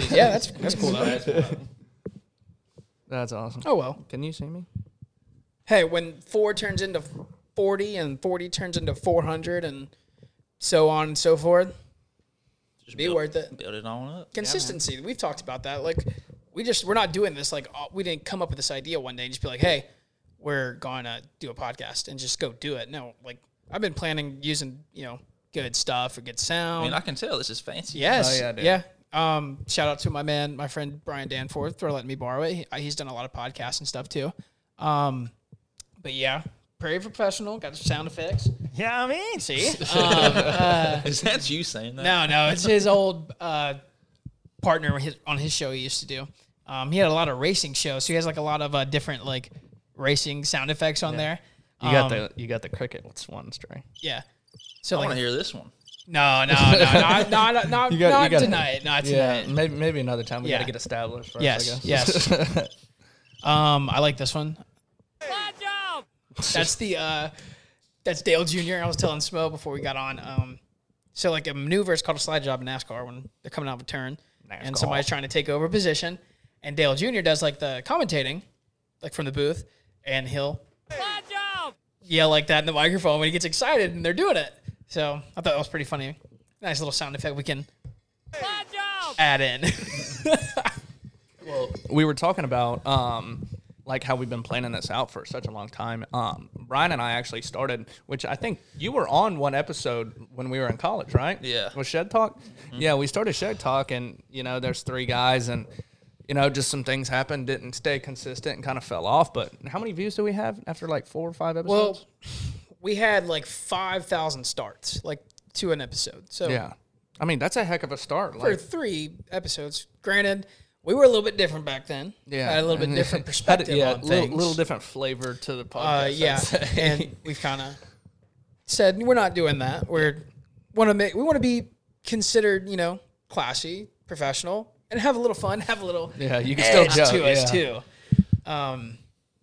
Speaker 3: Yeah, that's that's cool though.
Speaker 4: That's awesome.
Speaker 3: Oh well.
Speaker 4: Can you see me?
Speaker 3: Hey, when four turns into forty and forty turns into four hundred and so on and so forth.
Speaker 1: Just
Speaker 3: Be
Speaker 1: build-
Speaker 3: worth it.
Speaker 1: Build it on up.
Speaker 3: consistency. We've talked about that. Like we just we're not doing this. Like uh, we didn't come up with this idea one day and just be like, hey, we're gonna do a podcast and just go do it. No, like I've been planning using you know good stuff or
Speaker 1: I
Speaker 3: good sound.
Speaker 1: mean, I can tell this is fancy.
Speaker 3: yes,
Speaker 4: Oh, yeah,
Speaker 3: yeah,
Speaker 4: dude.
Speaker 3: Um, shout out to my man, my friend Brian Danforth for letting me borrow it. He, I- he's done a lot of podcasts and stuff too. Um, but yeah. Prairie Professional got the sound effects.
Speaker 5: Yeah, I mean,
Speaker 3: See, um,
Speaker 1: Is that you saying that?
Speaker 3: No, no, it's his old uh, partner his, on his show he used to do. Um, he had a lot of racing shows, so he has like a lot of uh, different like racing sound effects on there. Um,
Speaker 4: You got the you got the crickets one string.
Speaker 3: yeah. So
Speaker 1: I want
Speaker 3: like,
Speaker 1: to hear this one.
Speaker 3: no, no, no, not, not, not, not,
Speaker 4: You got- you got-
Speaker 3: tonight, not
Speaker 4: Yeah,
Speaker 3: tonight.
Speaker 4: maybe maybe another time. We
Speaker 3: Yeah.
Speaker 4: got to get established. First, I
Speaker 3: Yes,
Speaker 4: guess.
Speaker 3: yes. um, I like this one.
Speaker 5: my job.
Speaker 3: That's the uh, that's Dale Jr. I was telling Smo before we got on. Um, so like a maneuver is called a slide job in NASCAR when they're coming out of a turn and
Speaker 4: NASCAR.
Speaker 3: somebody's trying to take over a position, and Dale Jr. does like the commentating, like from the booth, and he'll
Speaker 5: My job.
Speaker 3: yell like that in the microphone when he gets excited, and they're doing it. So I thought that was pretty funny. Nice little sound effect we can
Speaker 5: My job.
Speaker 3: add in.
Speaker 4: we were talking about um, like how we've been planning this out for such a long time. Um, Brian and I actually started, which I think you were on one episode when we were in college, right?
Speaker 1: Yeah.
Speaker 4: With Shed Talk.
Speaker 3: Mm-hmm.
Speaker 4: Yeah, we started Shed Talk, and you know, there's three guys, and you know, just some things happened, didn't stay consistent, and kind of fell off. But how many views do we have after like four or five episodes?
Speaker 3: well, we had like five thousand starts, like to an episode. So
Speaker 4: yeah. I mean, that's a heck of a start.
Speaker 3: for
Speaker 4: Like,
Speaker 3: three episodes. Granted, we were a little bit different back then.
Speaker 4: yeah,
Speaker 3: had a little bit different
Speaker 4: Had-
Speaker 3: perspective
Speaker 4: yeah,
Speaker 3: on
Speaker 4: little,
Speaker 3: things.
Speaker 4: little different flavor to the podcast.
Speaker 3: uh,
Speaker 4: I'd
Speaker 3: yeah,
Speaker 4: say.
Speaker 3: and we've kind of said we're not doing that. We're want to make we want to be considered, you know, classy, professional, and have a little fun, have a little
Speaker 4: yeah, you can still
Speaker 3: edge
Speaker 4: joke.
Speaker 3: to us
Speaker 4: yeah.
Speaker 3: too. Um,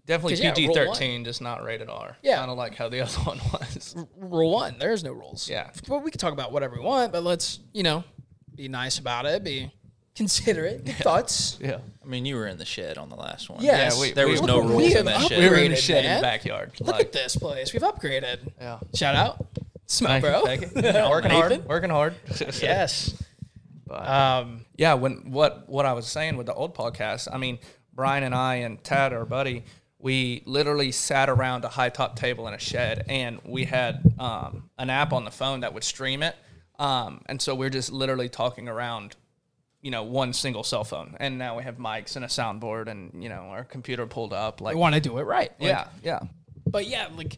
Speaker 4: Definitely
Speaker 3: 'Cause, yeah,
Speaker 4: PG
Speaker 3: rule
Speaker 4: thirteen, just not rated R.
Speaker 3: Yeah.
Speaker 4: kind of like how the other one was.
Speaker 3: rule one, there is no rules.
Speaker 4: Yeah.
Speaker 3: well, we can talk about whatever we want, but let's you know be nice about it, be considerate. Good Thoughts.
Speaker 4: Yeah,
Speaker 1: I mean, you were in the shed on the last one.
Speaker 3: Yes.
Speaker 4: we-
Speaker 1: There was
Speaker 4: we-
Speaker 1: no
Speaker 3: we
Speaker 1: rules
Speaker 3: have
Speaker 1: in that
Speaker 4: we
Speaker 1: shed.
Speaker 4: were in the
Speaker 3: Upgraded,
Speaker 4: shed in
Speaker 3: man.
Speaker 4: the backyard.
Speaker 3: Look
Speaker 4: like,
Speaker 3: at this place. We've upgraded.
Speaker 4: yeah,
Speaker 3: Shout out. Smell,
Speaker 4: Thank you,
Speaker 3: bro.
Speaker 4: thank you. working hard,
Speaker 3: Nathan?
Speaker 4: working hard.
Speaker 3: Yes.
Speaker 4: But-
Speaker 3: Um,
Speaker 4: yeah, when what what I was saying with the old podcast, I mean, Brian and I and Tad, our buddy, we literally sat around a high top table in a shed, and we had um, an app on the phone that would stream it, um, and so we're just literally talking around you know one single cell phone and now we have mics and a soundboard and you know our computer pulled up like
Speaker 3: I want to do it right. Like,
Speaker 4: yeah yeah
Speaker 3: But yeah, like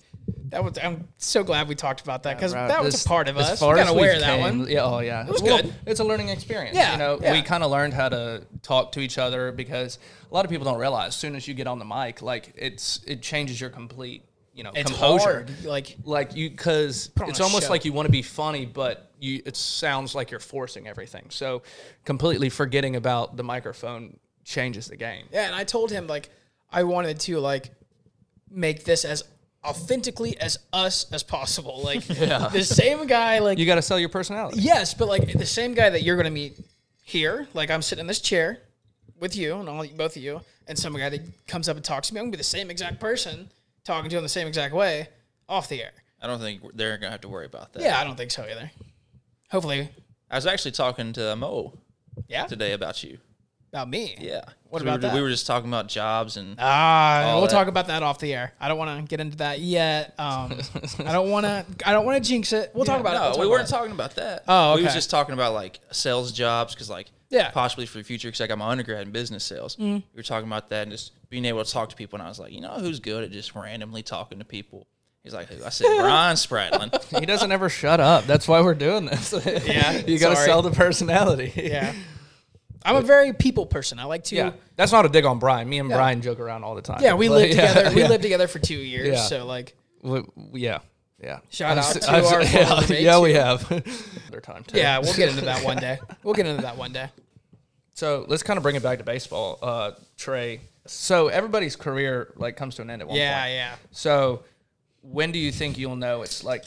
Speaker 3: That was. I'm so glad we talked about that because
Speaker 4: Bro,
Speaker 3: that was
Speaker 4: Uh, this-
Speaker 3: a part of
Speaker 4: as
Speaker 3: us.
Speaker 4: far
Speaker 3: We
Speaker 4: as
Speaker 3: gotta wear
Speaker 4: we've
Speaker 3: that
Speaker 4: came-
Speaker 3: one.
Speaker 4: Yeah, oh yeah, it
Speaker 3: was good.
Speaker 4: It's a learning experience.
Speaker 3: Yeah,
Speaker 4: you know,
Speaker 3: yeah.
Speaker 4: we kind of learned how to talk to each other because a lot of people don't realize. As soon as you get on the mic, like it's it changes your complete, you know,
Speaker 3: It's
Speaker 4: composure.
Speaker 3: hard. Like
Speaker 4: Like you, because
Speaker 3: on
Speaker 4: it's
Speaker 3: a
Speaker 4: almost
Speaker 3: show.
Speaker 4: like you want to be funny, but you it sounds like you're forcing everything. So completely forgetting about the microphone changes the game.
Speaker 3: Yeah, and I told him like I wanted to like make this as authentically as us as possible. Like the same guy, like
Speaker 4: You got to sell your personality.
Speaker 3: yes, but like the same guy that you're gonna meet here. Like I'm sitting in this chair with you and all both of you, and some guy that comes up and talks to me. I'm gonna be the same exact person talking to him the same exact way off the air.
Speaker 1: I don't think they're gonna have to worry about that.
Speaker 3: Yeah, I don't think so either. Hopefully,
Speaker 1: I was actually talking to Mo
Speaker 3: yeah.
Speaker 1: today about you.
Speaker 3: About me.
Speaker 1: Yeah.
Speaker 3: What
Speaker 1: we
Speaker 3: about
Speaker 1: were,
Speaker 3: that?
Speaker 1: We were just talking about jobs and
Speaker 3: Ah,
Speaker 1: All
Speaker 3: we'll
Speaker 1: that.
Speaker 3: talk about that off the air. I don't want to get into that yet. Um, I don't want to. I don't want to jinx it. We'll talk about it.
Speaker 1: no,
Speaker 3: We'll talk
Speaker 1: we
Speaker 3: about
Speaker 1: weren't
Speaker 3: it.
Speaker 1: talking about that.
Speaker 3: Oh,
Speaker 1: we was
Speaker 3: okay.
Speaker 1: just talking about like sales jobs because like
Speaker 3: Yeah. Mm-hmm.
Speaker 1: possibly for the future because I got my undergrad in business sales. We were talking about that and just being able to talk to people, and I was like, you know, who's good at just randomly talking to people? He's like, who? I said Brian Spratlin.
Speaker 4: He doesn't ever shut up. That's why we're doing this.
Speaker 3: Yeah,
Speaker 4: you got to
Speaker 3: sorry.
Speaker 4: sell the personality.
Speaker 3: Yeah, I'm a very people person. I like to.
Speaker 4: Yeah,
Speaker 3: Yeah,
Speaker 4: that's not a dig on Brian. Me and Brian joke around all the time.
Speaker 3: we
Speaker 4: Like,
Speaker 3: lived together. We
Speaker 4: yeah.
Speaker 3: lived together for two years.
Speaker 4: Yeah.
Speaker 3: So like,
Speaker 4: We- we- yeah, yeah.
Speaker 3: Shout
Speaker 4: I've
Speaker 3: out
Speaker 4: se-
Speaker 3: to
Speaker 4: I've se-
Speaker 3: our
Speaker 4: yeah,
Speaker 3: former
Speaker 4: yeah,
Speaker 3: mates.
Speaker 4: we have. Other time too.
Speaker 3: yeah, we'll get into that one day. We'll get into that one day.
Speaker 4: So let's kind of bring it back to baseball, uh, Trey. So everybody's career like comes to an end at one
Speaker 3: Yeah,
Speaker 4: point.
Speaker 3: yeah.
Speaker 4: So when do you think you'll know it's like?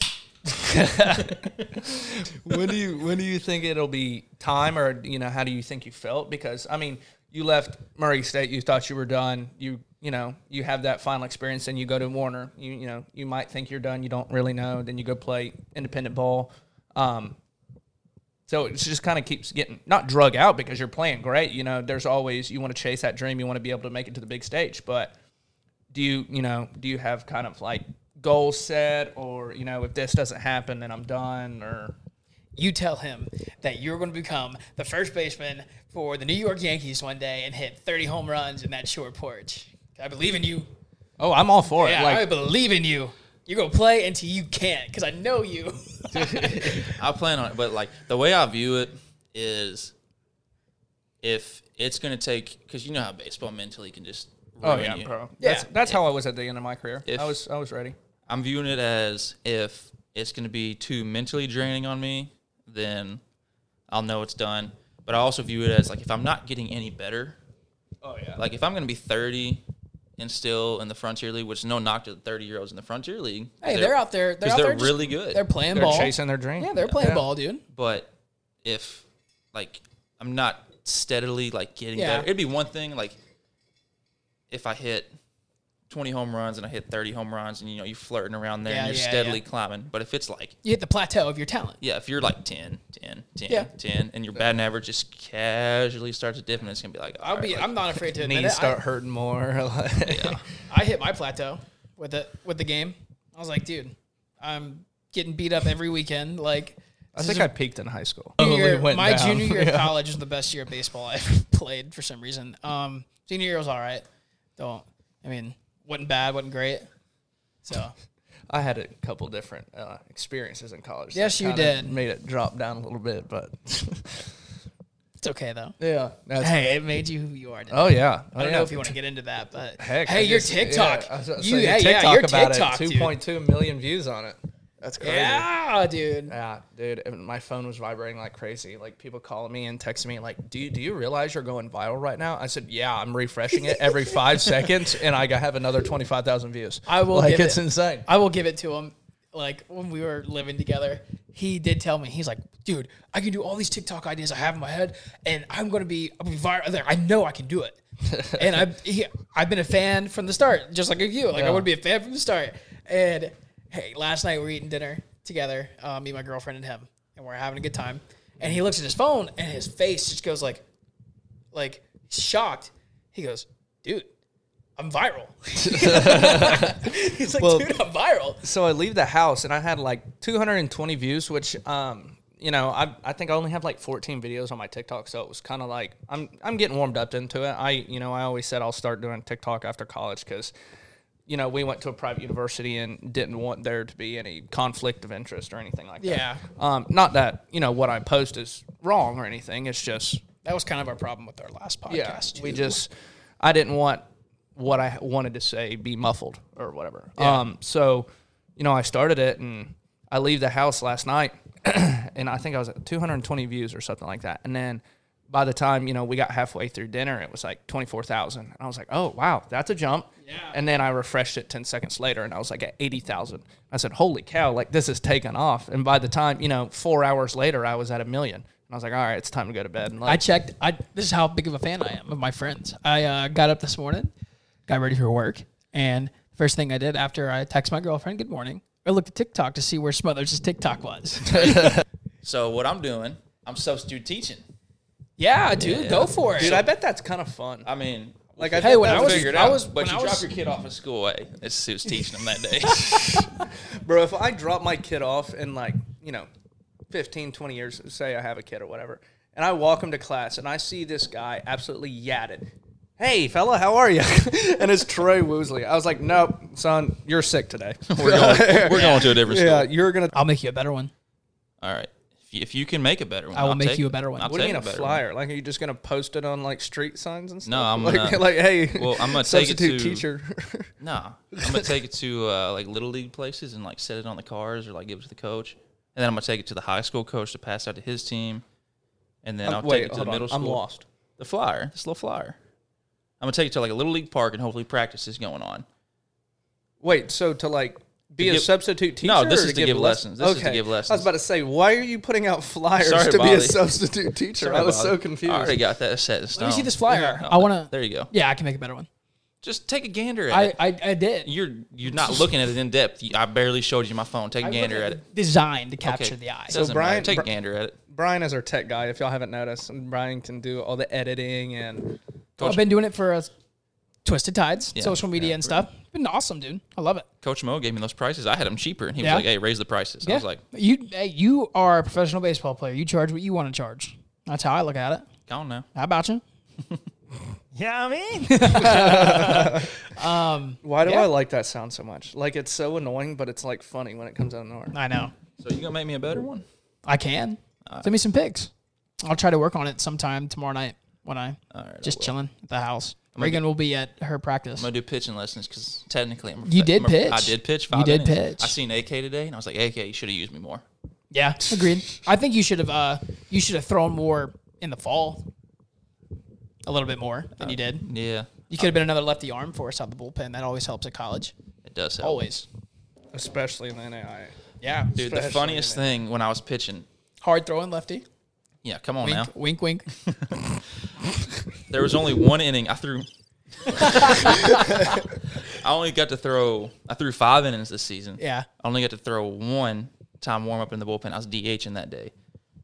Speaker 4: when do you when do you think it'll be time, or you know how do you think you felt? Because I mean, you left Murray State, you thought you were done. You you know you have that final experience, and you go to Warner. You you know you might think you're done. You don't really know. Then you go play independent ball. Um, so it just kind of keeps getting not drug out because you're playing great. You know, there's always you want to chase that dream. You want to be able to make it to the big stage, but do you you know do you have kind of like goals set or you know if this doesn't happen then i'm done or
Speaker 3: You tell him that you're going to become the first baseman for the New York Yankees one day and hit 30 home runs in that short porch. I believe in you.
Speaker 4: oh i'm all for it
Speaker 3: Yeah, I
Speaker 4: like
Speaker 3: believe in you. You're gonna play until you can't, because I know you.
Speaker 1: I plan on it, but like the way I view it is, if it's gonna take, because you know how baseball mentally can just
Speaker 4: oh
Speaker 1: ruin
Speaker 4: yeah
Speaker 1: you.
Speaker 4: bro
Speaker 3: Yeah.
Speaker 4: that's, that's how i was at the end of my career
Speaker 1: If-
Speaker 4: i was i was ready
Speaker 1: I'm viewing it as if it's going to be too mentally draining on me, then I'll know it's done. But I also view it as like if I'm not getting any better,
Speaker 4: oh yeah
Speaker 1: like if I'm going to be 30 and still in the Frontier League, which is no knock to the 30 year olds in the Frontier League.
Speaker 3: hey, they're, out there. They're
Speaker 1: because
Speaker 3: out
Speaker 1: they're
Speaker 3: there just-
Speaker 1: really good.
Speaker 3: They're playing
Speaker 4: they're
Speaker 3: ball.
Speaker 4: chasing their dream
Speaker 3: Yeah, they're playing
Speaker 4: Yeah.
Speaker 3: ball, dude.
Speaker 1: but if like I'm not steadily like getting
Speaker 3: Yeah.
Speaker 1: better, it'd be one thing like if I hit 20 home runs and I hit 30 home runs and you know you're flirting around there
Speaker 3: Yeah,
Speaker 1: and you're
Speaker 3: yeah, yeah.
Speaker 1: steadily climbing. But if it's like
Speaker 3: You hit the plateau of your talent.
Speaker 1: Yeah, if you're like 10, 10, 10,
Speaker 3: Yeah.
Speaker 1: 10, and your batting average just casually starts to dip, and it's going to be like,
Speaker 3: I'll
Speaker 1: all
Speaker 3: be.
Speaker 1: right,
Speaker 3: I'm not afraid to admit
Speaker 4: knees
Speaker 3: it.
Speaker 4: start hurting more yeah.
Speaker 3: I, I hit my plateau with it with the game. I was like, dude, I'm getting beat up every weekend. Like,
Speaker 4: i think i peaked in high school
Speaker 3: junior
Speaker 4: Slowly
Speaker 3: year-
Speaker 4: went
Speaker 3: my
Speaker 4: down.
Speaker 3: junior year
Speaker 4: Yeah.
Speaker 3: of college was the best year of baseball I ever played for some reason. Um, senior year was all right. Don't. I mean, wasn't bad, wasn't great. So
Speaker 4: i had a couple different uh, experiences in college that
Speaker 3: Yes, you
Speaker 4: kinda
Speaker 3: did.
Speaker 4: made it drop down a little bit but
Speaker 3: it's okay though.
Speaker 4: yeah that's
Speaker 3: Hey, it made you who you are. Today.
Speaker 4: oh yeah
Speaker 3: I don't know if you want to get into that, but
Speaker 4: Heck,
Speaker 3: hey,
Speaker 4: I
Speaker 3: your
Speaker 4: just-
Speaker 3: TikTok,
Speaker 4: yeah, I was about to
Speaker 3: you,
Speaker 4: say,
Speaker 3: hey, yeah, your
Speaker 4: about
Speaker 3: TikTok,
Speaker 4: it,
Speaker 3: dude.
Speaker 4: 2.2 million views on it. That's crazy. Yeah,
Speaker 3: yeah, dude.
Speaker 4: dude, and my phone was vibrating like crazy. Like people calling me and texting me, like, "Do you, do you realize you're going viral right now?" I said, "Yeah, I'm refreshing it every five seconds, and I have another twenty five thousand views."
Speaker 3: I will
Speaker 4: Like
Speaker 3: give
Speaker 4: it's
Speaker 3: it-
Speaker 4: insane.
Speaker 3: I will give it to him. Like when we were living together, he did tell me he's like, dude, I can do all these TikTok ideas I have in my head, and I'm gonna be, I'll be viral. Like, I know I can do it, and I, he, I've been a fan from the start, just like you. Like I
Speaker 4: Yeah.
Speaker 3: would be a fan from the start. And hey, last night we were eating dinner together, uh, me, my girlfriend, and him, and we're having a good time. And he looks at his phone, and his face just goes like, like shocked. He goes, dude. I'm viral. He's like,
Speaker 4: Well-
Speaker 3: dude, I'm viral.
Speaker 4: so I leave the house and I had like 220 views, which um, you know, I I think I only have like 14 videos on my TikTok, so it was kind of like I'm I'm getting warmed up into it. I you know I always said I'll start doing TikTok after college because you know, we went to a private university and didn't want there to be any conflict of interest or anything like
Speaker 3: Yeah.
Speaker 4: that. Yeah. Um, not that, you know, what I post is wrong or anything. It's just,
Speaker 3: That was kind of our problem with our last podcast.
Speaker 4: yeah,
Speaker 3: too.
Speaker 4: we just, I didn't want what I wanted to say be muffled or whatever. Um, so, you know, I started it and I leave the house last night and I think I was at 220 views or something like that. And then by the time, you know, we got halfway through dinner, it was like 24,000. And I was like, oh, wow, that's a jump. Yeah. And then I refreshed it 10 seconds later and I was like at 80,000. I said, holy cow, like this is taking off. And by the time, you know, four hours later, I was at a million. And I was like, all right, it's time to go to bed. And like,
Speaker 3: I checked. I this is how big of a fan I am of my friends. I uh, got up this morning, got ready for work, and first thing I did after I text my girlfriend good morning, I looked at TikTok to see where Smothers' TikTok was.
Speaker 1: So what I'm doing, I'm substitute teaching.
Speaker 3: yeah, dude, go for it.
Speaker 4: Dude, I bet that's kind of fun.
Speaker 1: I mean,
Speaker 4: Like, I
Speaker 3: Hey,
Speaker 4: think
Speaker 3: when
Speaker 4: that's
Speaker 3: I was-
Speaker 1: figured
Speaker 3: I
Speaker 1: out.
Speaker 3: was- when
Speaker 1: but you
Speaker 3: I
Speaker 1: drop
Speaker 3: was-
Speaker 1: your kid off at school. Hey, it's who's teaching them that day.
Speaker 4: bro if i drop my kid off in like you know 15 20 years say i have a kid or whatever and i walk him to class and i see this guy absolutely yatted hey fella how are you and it's troy woosley i was like nope son you're sick today
Speaker 1: we're going, we're going to a different
Speaker 4: yeah
Speaker 1: school.
Speaker 4: you're gonna
Speaker 3: I'll make you a better one.
Speaker 1: All right. If you, if you can make a better one,
Speaker 3: I will
Speaker 1: I'll
Speaker 3: make
Speaker 1: take
Speaker 3: you a
Speaker 1: it.
Speaker 3: better one.
Speaker 1: I'll
Speaker 4: what do
Speaker 1: take
Speaker 4: you mean a
Speaker 1: better one.
Speaker 4: flyer? Like, are you just gonna post it on like street signs and stuff?
Speaker 1: I'm
Speaker 4: like,
Speaker 1: not.
Speaker 4: like, hey,
Speaker 1: Well, I'm gonna take it
Speaker 4: substitute
Speaker 1: to-
Speaker 4: teacher.
Speaker 1: Nah, I'm gonna take it to uh, like little league places and like set it on the cars or like give it to the coach, and then I'm gonna take it to the high school coach to pass out to his team, and then I'll
Speaker 4: Uh, wait,
Speaker 1: take it to the
Speaker 4: hold on,
Speaker 1: middle
Speaker 4: I'm
Speaker 1: school.
Speaker 4: lost.
Speaker 1: The flyer, this little flyer. I'm gonna take it to like a little league park and hopefully practice is going on.
Speaker 4: Wait, so to like be
Speaker 1: To
Speaker 4: a
Speaker 1: give-
Speaker 4: substitute teacher?
Speaker 1: No, this
Speaker 4: or
Speaker 1: is to give
Speaker 4: les-
Speaker 1: lessons. This is to give
Speaker 4: I was
Speaker 1: lessons.
Speaker 4: about to say, why are you putting out flyers
Speaker 1: Sorry,
Speaker 4: to be a
Speaker 1: Bobby.
Speaker 4: substitute teacher? I was so confused.
Speaker 1: I already got that set in stone.
Speaker 3: Let me see this flyer.
Speaker 1: No,
Speaker 3: I want to.
Speaker 1: There you go.
Speaker 3: Yeah, I can make a better one.
Speaker 1: Just take a gander at
Speaker 3: I
Speaker 1: it.
Speaker 3: I, I did
Speaker 1: You're you're not looking at it in depth. You- I barely showed you my phone. Take a gander at it.
Speaker 3: designed to
Speaker 1: Okay.
Speaker 3: capture the eye.
Speaker 1: Doesn't matter.
Speaker 4: Brian-
Speaker 1: take a
Speaker 4: Bri-
Speaker 1: gander at it.
Speaker 4: Brian is our tech guy, if y'all haven't noticed. And Brian can do all the editing and
Speaker 3: I've been doing it for uh, Twisted Tides, social media
Speaker 1: yeah.
Speaker 3: and stuff. Been awesome, dude. I love it.
Speaker 1: Coach Mo gave me those prices. I had them cheaper, and he
Speaker 3: Yeah.
Speaker 1: was like, "Hey, raise the prices." I was like,
Speaker 3: you hey, you are a professional baseball player. You charge what you want to charge. That's how I look at it.
Speaker 1: "I don't know."
Speaker 3: How about you?
Speaker 5: Yeah, I mean.
Speaker 4: why do
Speaker 3: Yeah.
Speaker 4: I like that sound so much? Like it's so annoying, but it's like funny when it comes out of nowhere.
Speaker 3: I know.
Speaker 1: So you gonna make me a better one?
Speaker 3: I can. Send me some pics. I'll try to work on it sometime tomorrow night when I
Speaker 1: right, I
Speaker 3: just chilling at the house. Reagan will be at her practice.
Speaker 1: I'm gonna do pitching lessons because technically I'm. A
Speaker 3: You did
Speaker 1: I'm a-
Speaker 3: pitch.
Speaker 1: I did pitch.
Speaker 3: You
Speaker 1: Five
Speaker 3: did
Speaker 1: innings.
Speaker 3: pitch.
Speaker 1: I seen AK today, and I was like, "AK, you should have used me more."
Speaker 3: yeah, agreed. I think you should have uh you should have thrown more in the fall. A little bit more than
Speaker 1: Uh,
Speaker 3: you did.
Speaker 1: Yeah,
Speaker 3: You could have been another lefty arm for us out the bullpen. That always helps at college.
Speaker 1: it does help.
Speaker 3: Always.
Speaker 4: Especially in the NAI.
Speaker 3: Yeah.
Speaker 1: dude. The
Speaker 4: Especially
Speaker 1: funniest
Speaker 4: in
Speaker 1: thing when I was pitching.
Speaker 3: Hard throwing lefty.
Speaker 1: Yeah, come on
Speaker 3: Wink,
Speaker 1: now.
Speaker 3: wink, wink.
Speaker 1: There was only one inning. I threw. I only got to throw. I threw five innings this season.
Speaker 3: Yeah.
Speaker 1: I only got to throw one time warm up in the bullpen. I was DHing that day,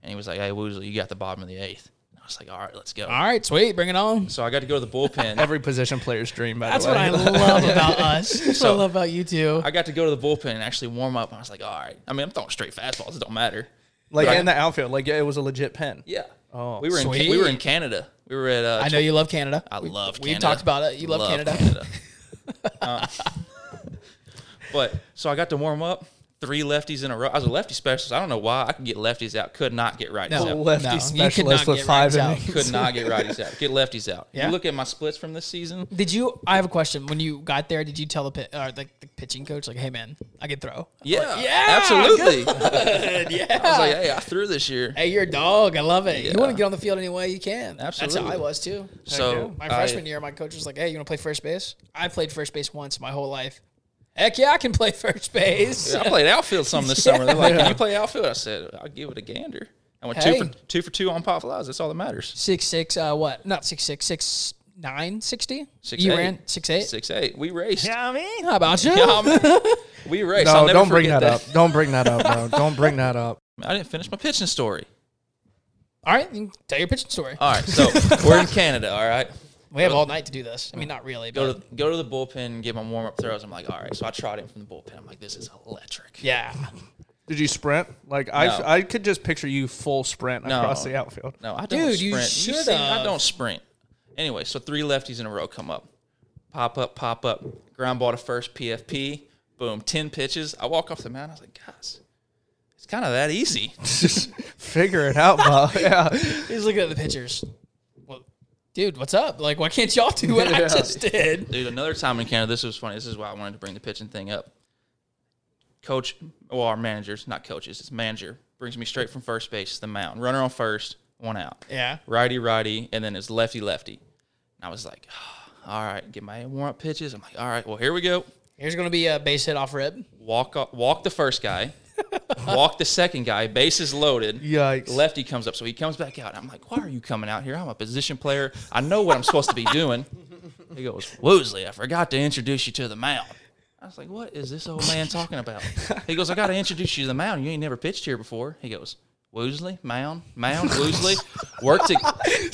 Speaker 1: and he was like, "Hey, Woosley, you got the bottom of the eighth. And I was like, "All right, let's go."
Speaker 3: All right, sweet. Bring it on.
Speaker 1: So I got to go to the bullpen.
Speaker 4: Every position player's dream, by
Speaker 3: That's
Speaker 4: the way.
Speaker 3: what I love about us. That's what I love about you too.
Speaker 1: I got to go to the bullpen and actually warm up. I was like, all right. I mean, I'm throwing straight fastballs. It don't matter.
Speaker 4: like
Speaker 1: Right.
Speaker 4: in the outfield. Like yeah, it was a legit pen.
Speaker 1: Yeah.
Speaker 4: Oh.
Speaker 1: we were in
Speaker 3: Sweet.
Speaker 1: we were in Canada. We were at. Uh,
Speaker 3: I know you love Canada.
Speaker 1: I love.
Speaker 3: We've
Speaker 1: Canada.
Speaker 3: talked about it. You love, Canada.
Speaker 1: Uh, but so I got to warm up. Three lefties in a row. I was a lefty specialist. I don't know why I could get lefties out. Could not get righties
Speaker 3: No.
Speaker 1: out.
Speaker 4: Lefty
Speaker 3: No, you could
Speaker 4: specialist
Speaker 3: not
Speaker 4: with
Speaker 3: get
Speaker 4: five
Speaker 3: Rams out.
Speaker 4: innings.
Speaker 1: Could not get righties out. Get lefties out.
Speaker 3: Yeah.
Speaker 1: You look at my splits from this season.
Speaker 3: Did you? I have a question. When you got there, did you tell the pit, or like the pitching coach, like, "Hey man, I can throw."
Speaker 1: Yeah, absolutely.
Speaker 3: yeah.
Speaker 1: I was like, hey, I threw this year.
Speaker 3: hey, you're a dog. I love it. You
Speaker 1: Yeah.
Speaker 3: want to get on the field any way you can. That's
Speaker 1: Absolutely.
Speaker 3: how I was too.
Speaker 1: so
Speaker 3: My
Speaker 1: I-
Speaker 3: freshman year, my coach was like, "Hey, you want to play first base?" I played first base once my whole life. Heck yeah, I can play first base.
Speaker 1: I played outfield some this summer. They're like, "Can you play outfield?" I said, "I'll give it a gander." I went two
Speaker 3: Hey.
Speaker 1: for two for two on pop flies. That's all that matters.
Speaker 3: Six six. Uh, what? Not six six six nine sixty.
Speaker 1: Six
Speaker 3: you
Speaker 1: eight.
Speaker 3: ran six eight.
Speaker 1: Six eight. We raced.
Speaker 5: Yeah, I mean.
Speaker 3: How about you?
Speaker 1: Yeah, man. we raced. I'll
Speaker 4: No,
Speaker 1: never
Speaker 4: don't bring
Speaker 1: forget
Speaker 4: that, up. Don't bring that up, bro. Don't bring that up.
Speaker 1: I didn't finish my pitching story.
Speaker 3: All right, you can tell your pitching story.
Speaker 1: All right, so we're in Canada. All right,
Speaker 3: we have all night to do this. I mean, not really,
Speaker 1: uh, go
Speaker 3: but
Speaker 1: to go to the bullpen, give my warm up throws. I'm like, all right. So I trot in from the bullpen. I'm like, this is electric.
Speaker 3: yeah.
Speaker 4: Did you sprint? Like I,
Speaker 1: No.
Speaker 4: I could just picture you full sprint
Speaker 1: No.
Speaker 4: across the outfield.
Speaker 1: No, I don't
Speaker 3: Dude, you
Speaker 1: sprint.
Speaker 3: should've.
Speaker 1: seen- I don't sprint. Anyway, so three lefties in a row come up. pop up, pop up, ground ball to first, PFP, boom, ten pitches. I walk off the mound. I was like, guys, it's kind of that easy.
Speaker 4: Figure it out, Bob. yeah.
Speaker 3: He's looking at the pictures. Well, dude, what's up? Like, why can't y'all do what I
Speaker 4: Yeah.
Speaker 3: just did?
Speaker 1: Dude, another time in Canada, this was funny. This is why I wanted to bring the pitching thing up. Coach, well, our managers, not coaches, it's manager, brings me straight from first base to the mound. Runner on first, one out.
Speaker 3: Yeah.
Speaker 1: Righty, righty, and then it's lefty, lefty. And I was like, all right, get my warm up pitches. I'm like, all right, well, here we go.
Speaker 3: Here's gonna be a base hit off rib.
Speaker 1: Walk, o- walk the first guy, walk the second guy, bases loaded.
Speaker 4: Yikes.
Speaker 1: Lefty comes up, so he comes back out. I'm like, why are you coming out here? I'm a position player. I know what I'm supposed to be doing. He goes, Woosley, I forgot to introduce you to the mound. I was like, what is this old man talking about? He goes, I got to introduce you to the mound. You ain't never pitched here before. He goes, Woosley, mound, mound, Woosley, work to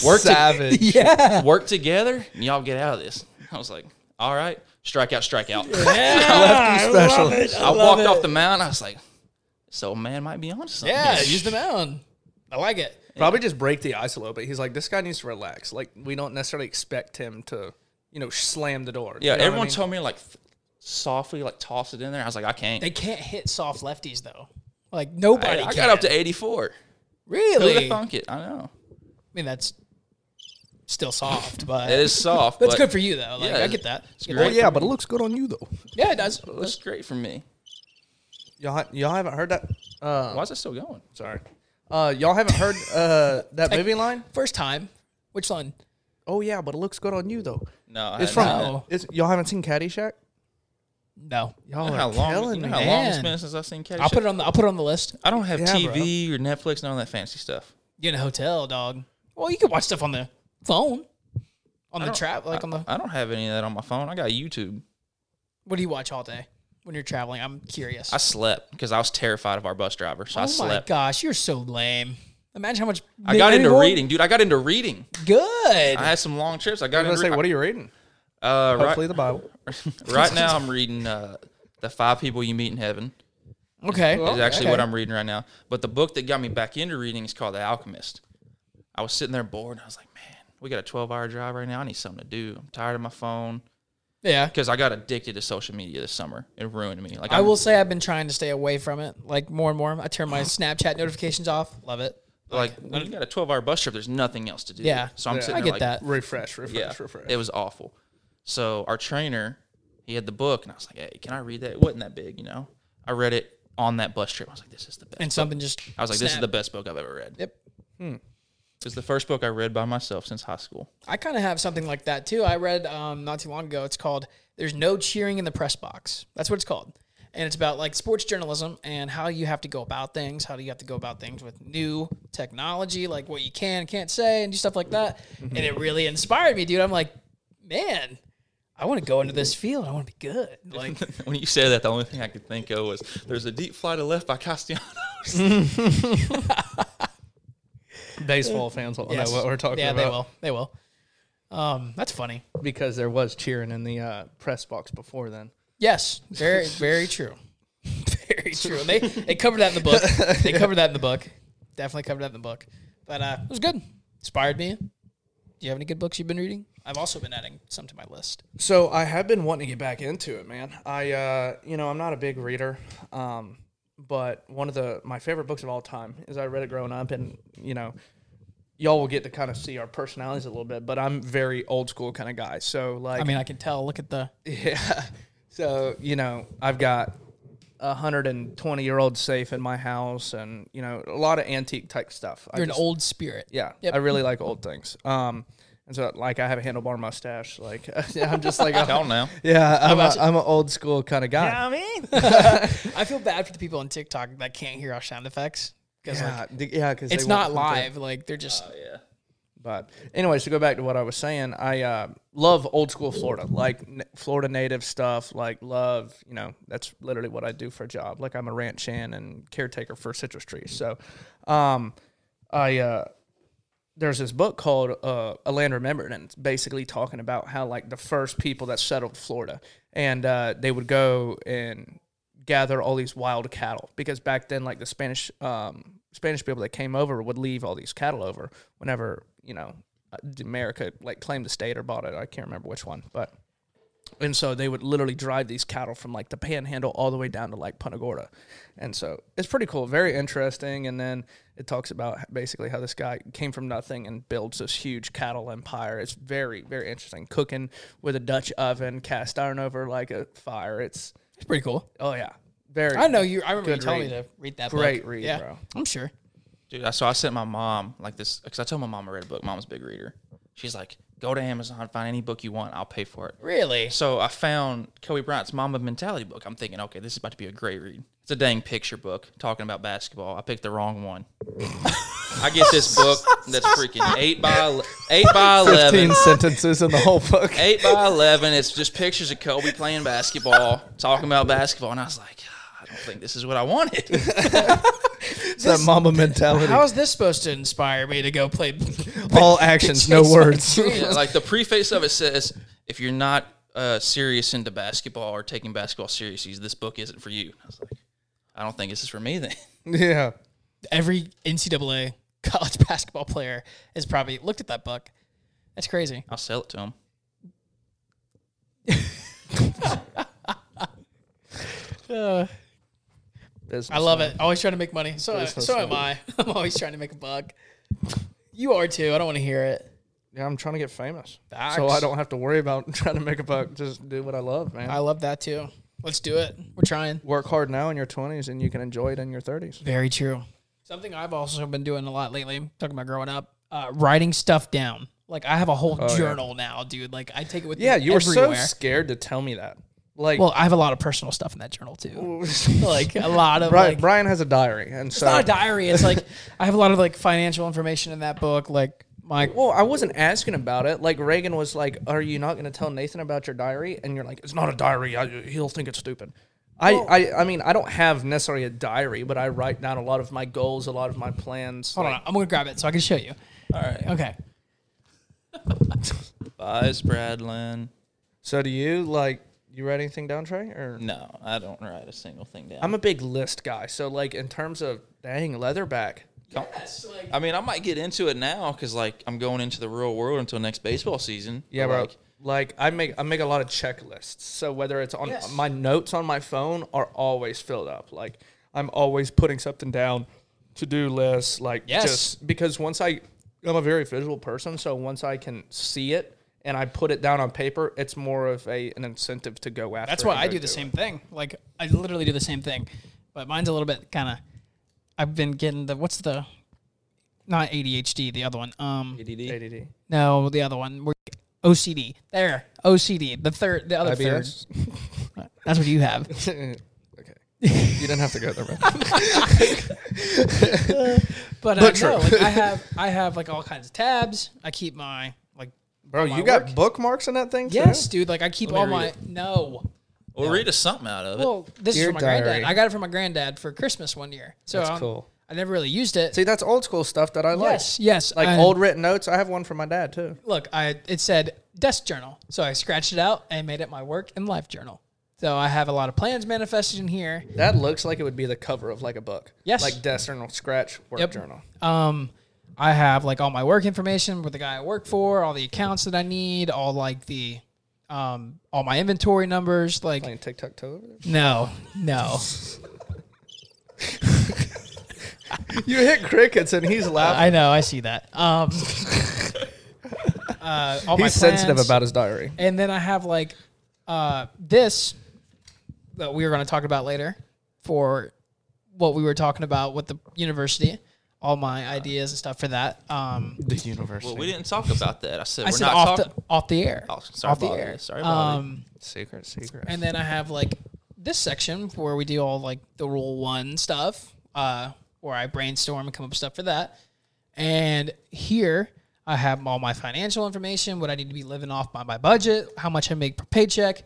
Speaker 1: work to,
Speaker 4: Savage.
Speaker 1: work together, and y'all get out of this. I was like, all right, strike out, strike out.
Speaker 4: Special.
Speaker 1: I walked off the mound. I was like, this old man might be on something.
Speaker 3: Yeah, use the mound. I like it.
Speaker 4: Probably just break the ice a little bit. He's like, this guy needs to relax. Like, we don't necessarily expect him to, you know, slam the door.
Speaker 1: Yeah,
Speaker 4: You know what I
Speaker 1: everyone
Speaker 4: mean?
Speaker 1: told me like th- softly like toss it in there. I was like, I can't.
Speaker 3: They can't hit soft lefties though. Like nobody.
Speaker 1: I, I
Speaker 3: can.
Speaker 1: got up to 84. Who the
Speaker 3: really. I
Speaker 1: thunk it? I know
Speaker 3: mean, that's still soft, but
Speaker 1: it is soft.
Speaker 3: that's
Speaker 1: but
Speaker 3: good for you though. Like,
Speaker 1: Yeah,
Speaker 3: I
Speaker 1: it's-
Speaker 3: get that.
Speaker 1: it's
Speaker 3: Get
Speaker 1: great.
Speaker 3: that.
Speaker 4: Oh, yeah, but it looks good on you, though.
Speaker 3: Yeah, it does.
Speaker 1: It looks great for me.
Speaker 4: Y'all, y'all haven't heard that? Uh,
Speaker 1: Why is it still going?
Speaker 4: Sorry. Uh, y'all haven't heard uh, that movie line?
Speaker 3: First time. Which one?
Speaker 4: Oh, yeah, but it looks good on you, though.
Speaker 1: No, I hadn't
Speaker 4: It's from,
Speaker 1: done
Speaker 3: know.
Speaker 4: it's, y'all haven't seen Caddyshack?
Speaker 3: No.
Speaker 1: that.
Speaker 4: Y'all
Speaker 1: You know
Speaker 4: are
Speaker 1: how long?
Speaker 4: killing
Speaker 1: You know
Speaker 4: me.
Speaker 1: how long it's
Speaker 3: Man.
Speaker 1: been since I've seen Caddyshack.
Speaker 3: I'll put it on the I'll put it on the list.
Speaker 1: I don't have
Speaker 4: Yeah,
Speaker 1: TV or Netflix, none of that fancy stuff.
Speaker 3: You in a hotel, dog. Well, you can watch stuff on the phone. On the
Speaker 1: don't-
Speaker 3: trap like
Speaker 1: I,
Speaker 3: on the
Speaker 1: I don't have any of that on my phone. I got YouTube.
Speaker 3: What do you watch all day when you're traveling? I'm curious.
Speaker 1: I slept because I was terrified of our bus driver, so
Speaker 3: oh
Speaker 1: I
Speaker 3: my
Speaker 1: slept.
Speaker 3: gosh, you're so lame. Imagine how much
Speaker 1: I got into
Speaker 3: Anymore?
Speaker 1: reading, dude. I got into reading.
Speaker 3: Good.
Speaker 1: I had some long trips. I got
Speaker 4: I was
Speaker 1: into
Speaker 4: gonna say, what are you reading?
Speaker 1: uh, right,
Speaker 4: Hopefully, the Bible.
Speaker 1: right now I'm reading uh, the five people you meet in heaven.
Speaker 3: okay.
Speaker 1: Is actually
Speaker 4: okay.
Speaker 1: what I'm reading right now. But the book that got me back into reading is called The Alchemist. I was sitting there bored, and I was like, man, we got a 12 hour drive right now. I need something to do. I'm tired of my phone
Speaker 3: yeah.
Speaker 1: because I got addicted to social media this summer. It ruined me. Like
Speaker 3: I
Speaker 1: I'm-
Speaker 3: will say I've been trying to stay away from it, like more and more. I turn my Snapchat notifications off. Love it.
Speaker 1: like when you got a 12 hour bus trip. There's nothing else to do.
Speaker 3: Yeah.
Speaker 1: so I'm
Speaker 4: Yeah.
Speaker 1: sitting
Speaker 3: I
Speaker 1: there
Speaker 3: get
Speaker 1: like,
Speaker 3: that.
Speaker 4: Refresh, refresh,
Speaker 1: Yeah,
Speaker 4: refresh.
Speaker 1: it was awful. So our trainer, he had the book, and I was like, hey, can I read that? It wasn't that big, you know. I read it on that bus trip. I was like, this is the best.
Speaker 3: And something just.
Speaker 1: I was like, this is
Speaker 3: snap.
Speaker 1: the best book I've ever read.
Speaker 3: Yep.
Speaker 1: It's the first book I read by myself since high school.
Speaker 3: I kind of have something like that too. I read um, not too long ago. It's called "There's No Cheering in the Press Box." That's what it's called, and it's about like sports journalism and how you have to go about things. How do you have to go about things with new technology, like what you can, can't say, and stuff like that. And it really inspired me, dude. I'm like, man, I want to go into this field. I want to be good. Like,
Speaker 1: when you say that, the only thing I could think of was there's a deep fly to left by Castellanos.
Speaker 4: Baseball fans will
Speaker 3: yes.
Speaker 4: know what we're talking
Speaker 3: yeah,
Speaker 4: about.
Speaker 3: they will. They will. Um, that's funny.
Speaker 4: Because there was cheering in the uh, press box before then.
Speaker 3: Yes, very, very true. very true. And They they covered that in the book. They covered that in the book. Definitely covered that in the book. But uh, it was good. Inspired me. Do you have any good books you've been reading? I've also been adding some to my list.
Speaker 4: So I have been wanting to get back into it, man. I, uh, you know, I'm not a big reader, um, but one of the my favorite books of all time is I read it growing up, and you know, y'all will get to kind of see our personalities a little bit. But I'm very old school kind of guy, so like,
Speaker 3: I mean, I can tell. Look at the.
Speaker 4: yeah. So you know, I've got a hundred and twenty year old safe in my house, and you know, a lot of antique type stuff. I
Speaker 3: You're an
Speaker 4: just-
Speaker 3: old spirit.
Speaker 4: yeah,
Speaker 3: Yep.
Speaker 4: I really like old things. Um, and so like I have a handlebar mustache. Like I'm just like a-
Speaker 1: Don't know.
Speaker 4: yeah, I'm a,
Speaker 3: about you?
Speaker 4: I'm an old school kind of guy.
Speaker 5: Yeah, I mean,
Speaker 3: I feel bad for the people on TikTok that can't hear our sound effects because
Speaker 4: Yeah,
Speaker 3: like,
Speaker 4: d- yeah, because
Speaker 3: it's not live. Like they're Uh, just.
Speaker 1: yeah.
Speaker 4: But anyways, to go back to what I was saying, I uh, love old school Florida, like n- Florida native stuff. Like love, you know, that's literally what I do for a job. Like I'm a ranch hand and caretaker for citrus trees. So, um, I uh, there's this book called uh, A Land Remembered, and it's basically talking about how like the first people that settled Florida, and uh, they would go and gather all these wild cattle because back then, like the Spanish um, Spanish people that came over would leave all these cattle over uh, whenever you know America like claimed the state or bought it. I can't remember which one, but And so they would literally drive these cattle from like the panhandle all the way down to like Punta Gorda. And so it's pretty cool, very interesting. And then it talks about h- basically how this guy came from nothing and builds this huge cattle empire. It's very, very interesting. Cooking with a Dutch oven, cast iron over like a fire. It's,
Speaker 3: It's pretty cool.
Speaker 4: oh yeah, very.
Speaker 3: I know you. I remember
Speaker 4: Good
Speaker 3: you telling me
Speaker 4: read.
Speaker 3: to read that.
Speaker 4: Great
Speaker 3: book.
Speaker 4: read, bro.
Speaker 3: I'm sure.
Speaker 1: Dude, I so I sent my mom like this because I told my mom I read a book. Mom's a big reader. She's like, go to Amazon, find any book you want, I'll pay for it.
Speaker 3: Really?
Speaker 1: So I found Kobe Bryant's Mama Mentality book. I'm thinking, okay, this is about to be a great read. It's a dang picture book talking about basketball. I picked the wrong one. I get this book that's freaking eight by ele- eight by eleven.
Speaker 4: sentences in the whole book.
Speaker 1: Eight by eleven. It's just pictures of Kobe playing basketball, talking about basketball, and I was like, "Ah, I don't think this is what I wanted.
Speaker 4: It's that mama mentality.
Speaker 3: How is this supposed to inspire me to go play?
Speaker 4: All actions, no
Speaker 3: Chase my
Speaker 4: words.
Speaker 3: dreams?
Speaker 1: like the preface of it says, if you're not uh, serious into basketball or taking basketball seriously, this book isn't for you. I was like, I don't think this is for me then.
Speaker 4: yeah.
Speaker 3: Every NCAA college basketball player has probably looked at that book. That's crazy.
Speaker 1: I'll sell it to him.
Speaker 4: Uh,
Speaker 3: I love it. Always trying to make money. So
Speaker 4: Business
Speaker 3: so am I.
Speaker 4: man.
Speaker 3: I'm always trying to make a buck. You are too. I don't want to hear it.
Speaker 4: Yeah, I'm trying to get famous. So
Speaker 3: Facts.
Speaker 4: I don't have to worry about trying to make a buck. Just do what I love, man.
Speaker 3: I love that too. Let's do it. We're trying.
Speaker 4: Work hard now in your 20s and you can enjoy it in your 30s.
Speaker 3: Very true. Something I've also been doing a lot lately, talking about growing up, uh, writing stuff down. Like I have a whole journal now, dude. Like I take it with
Speaker 4: Oh, Yeah,
Speaker 3: me
Speaker 4: you were so
Speaker 3: everywhere.
Speaker 4: scared to tell me that. Like,
Speaker 3: well, I have a lot of personal stuff in that journal too. like a lot of
Speaker 4: Brian,
Speaker 3: like
Speaker 4: Brian has a diary. And
Speaker 3: it's
Speaker 4: so.
Speaker 3: not a diary. It's like I have a lot of like financial information in that book. Like my
Speaker 4: well, I wasn't asking about it. Like, Reagan was like, Are you not going to tell Nathan about your diary? And you're like, It's not a diary. I, he'll think it's stupid. I, I, I mean, I don't have necessarily a diary, but I write down a lot of my goals, a lot of my plans.
Speaker 3: hold
Speaker 4: like-
Speaker 3: on, I'm gonna grab it so I can show you.
Speaker 1: All right.
Speaker 3: Okay.
Speaker 1: Buys Bradlin.
Speaker 4: So do you like you write anything down, Trey? Or
Speaker 1: No, I don't write a single thing down.
Speaker 4: I'm a big list guy. So like in terms of dang leatherback,
Speaker 1: I mean, I might get into it now because like I'm going into the real world until next baseball season.
Speaker 4: yeah,
Speaker 1: But,
Speaker 4: bro.
Speaker 1: like,
Speaker 4: Like, I make I make a lot of checklists. So whether it's on
Speaker 1: Yes.
Speaker 4: my notes on my phone are always filled up. Like I'm always putting something down, to do lists. Like
Speaker 3: Yes.
Speaker 4: just because once I I'm a very visual person, so once I can see it and I put it down on paper, it's more of a an incentive to go after.
Speaker 3: That's
Speaker 4: it
Speaker 3: why
Speaker 4: and
Speaker 3: I
Speaker 4: go
Speaker 3: do the
Speaker 4: it.
Speaker 3: same thing. Like I literally do the same thing, but mine's a little bit kind of. I've been getting the what's the, not ADHD, the other one. Um,
Speaker 1: ADD.
Speaker 4: ADD.
Speaker 3: no, the other one. We're OCD. There, OCD. The third, the other
Speaker 4: IBS.
Speaker 3: third. That's what you have.
Speaker 4: okay. You didn't have to go there, man.
Speaker 3: But, uh,
Speaker 4: But
Speaker 3: no,
Speaker 4: true.
Speaker 3: like I have, I have like all kinds of tabs. I keep my like.
Speaker 4: Bro,
Speaker 3: my
Speaker 4: you got
Speaker 3: work.
Speaker 4: bookmarks in that thing too?
Speaker 3: Yes, dude. Like I keep
Speaker 1: Let me read
Speaker 3: all my
Speaker 1: it.
Speaker 3: no.
Speaker 1: Well, read us something out of it.
Speaker 3: Well, this is
Speaker 4: Dear
Speaker 3: from my
Speaker 4: diary.
Speaker 3: granddad. I got it from my granddad for Christmas one year. So
Speaker 4: That's
Speaker 3: um,
Speaker 4: cool.
Speaker 3: I never really used it.
Speaker 4: See, that's old school stuff that I like.
Speaker 3: Yes, yes.
Speaker 4: Like
Speaker 3: I-
Speaker 4: old written notes. I have one from my dad too.
Speaker 3: look, I it said desk journal, so I scratched it out and made it my work and life journal. So I have a lot of plans manifested in here.
Speaker 4: That looks like it would be the cover of like a book.
Speaker 3: Yes.
Speaker 4: Like desk journal, scratch, work
Speaker 3: Yep.
Speaker 4: journal.
Speaker 3: Um, I have like all my work information with the guy I work for, all the accounts that I need, all like the, um, all my inventory numbers. Like
Speaker 4: Playing tic tac toe over there.
Speaker 3: no, no,
Speaker 4: You hit crickets and he's laughing.
Speaker 3: I know, I see that. Um, uh, all my
Speaker 4: he's sensitive
Speaker 3: plans.
Speaker 4: about his diary.
Speaker 3: And then I have like uh, this that we were going to talk about later for what we were talking about with the university, all my ideas and stuff for that. Um,
Speaker 4: The universe.
Speaker 1: Well, we didn't talk about that. I said
Speaker 3: I
Speaker 1: we're
Speaker 3: said
Speaker 1: not
Speaker 3: off
Speaker 1: talking.
Speaker 3: the off the air.
Speaker 1: Oh, sorry
Speaker 3: off the
Speaker 1: about
Speaker 3: air.
Speaker 1: it. Sorry about it.
Speaker 3: um,
Speaker 4: Secret, secret.
Speaker 3: And then I have like this section where we do all like the rule one stuff, uh, where I brainstorm and come up with stuff for that. And here I have all my financial information, what I need to be living off by my budget, how much I make per paycheck,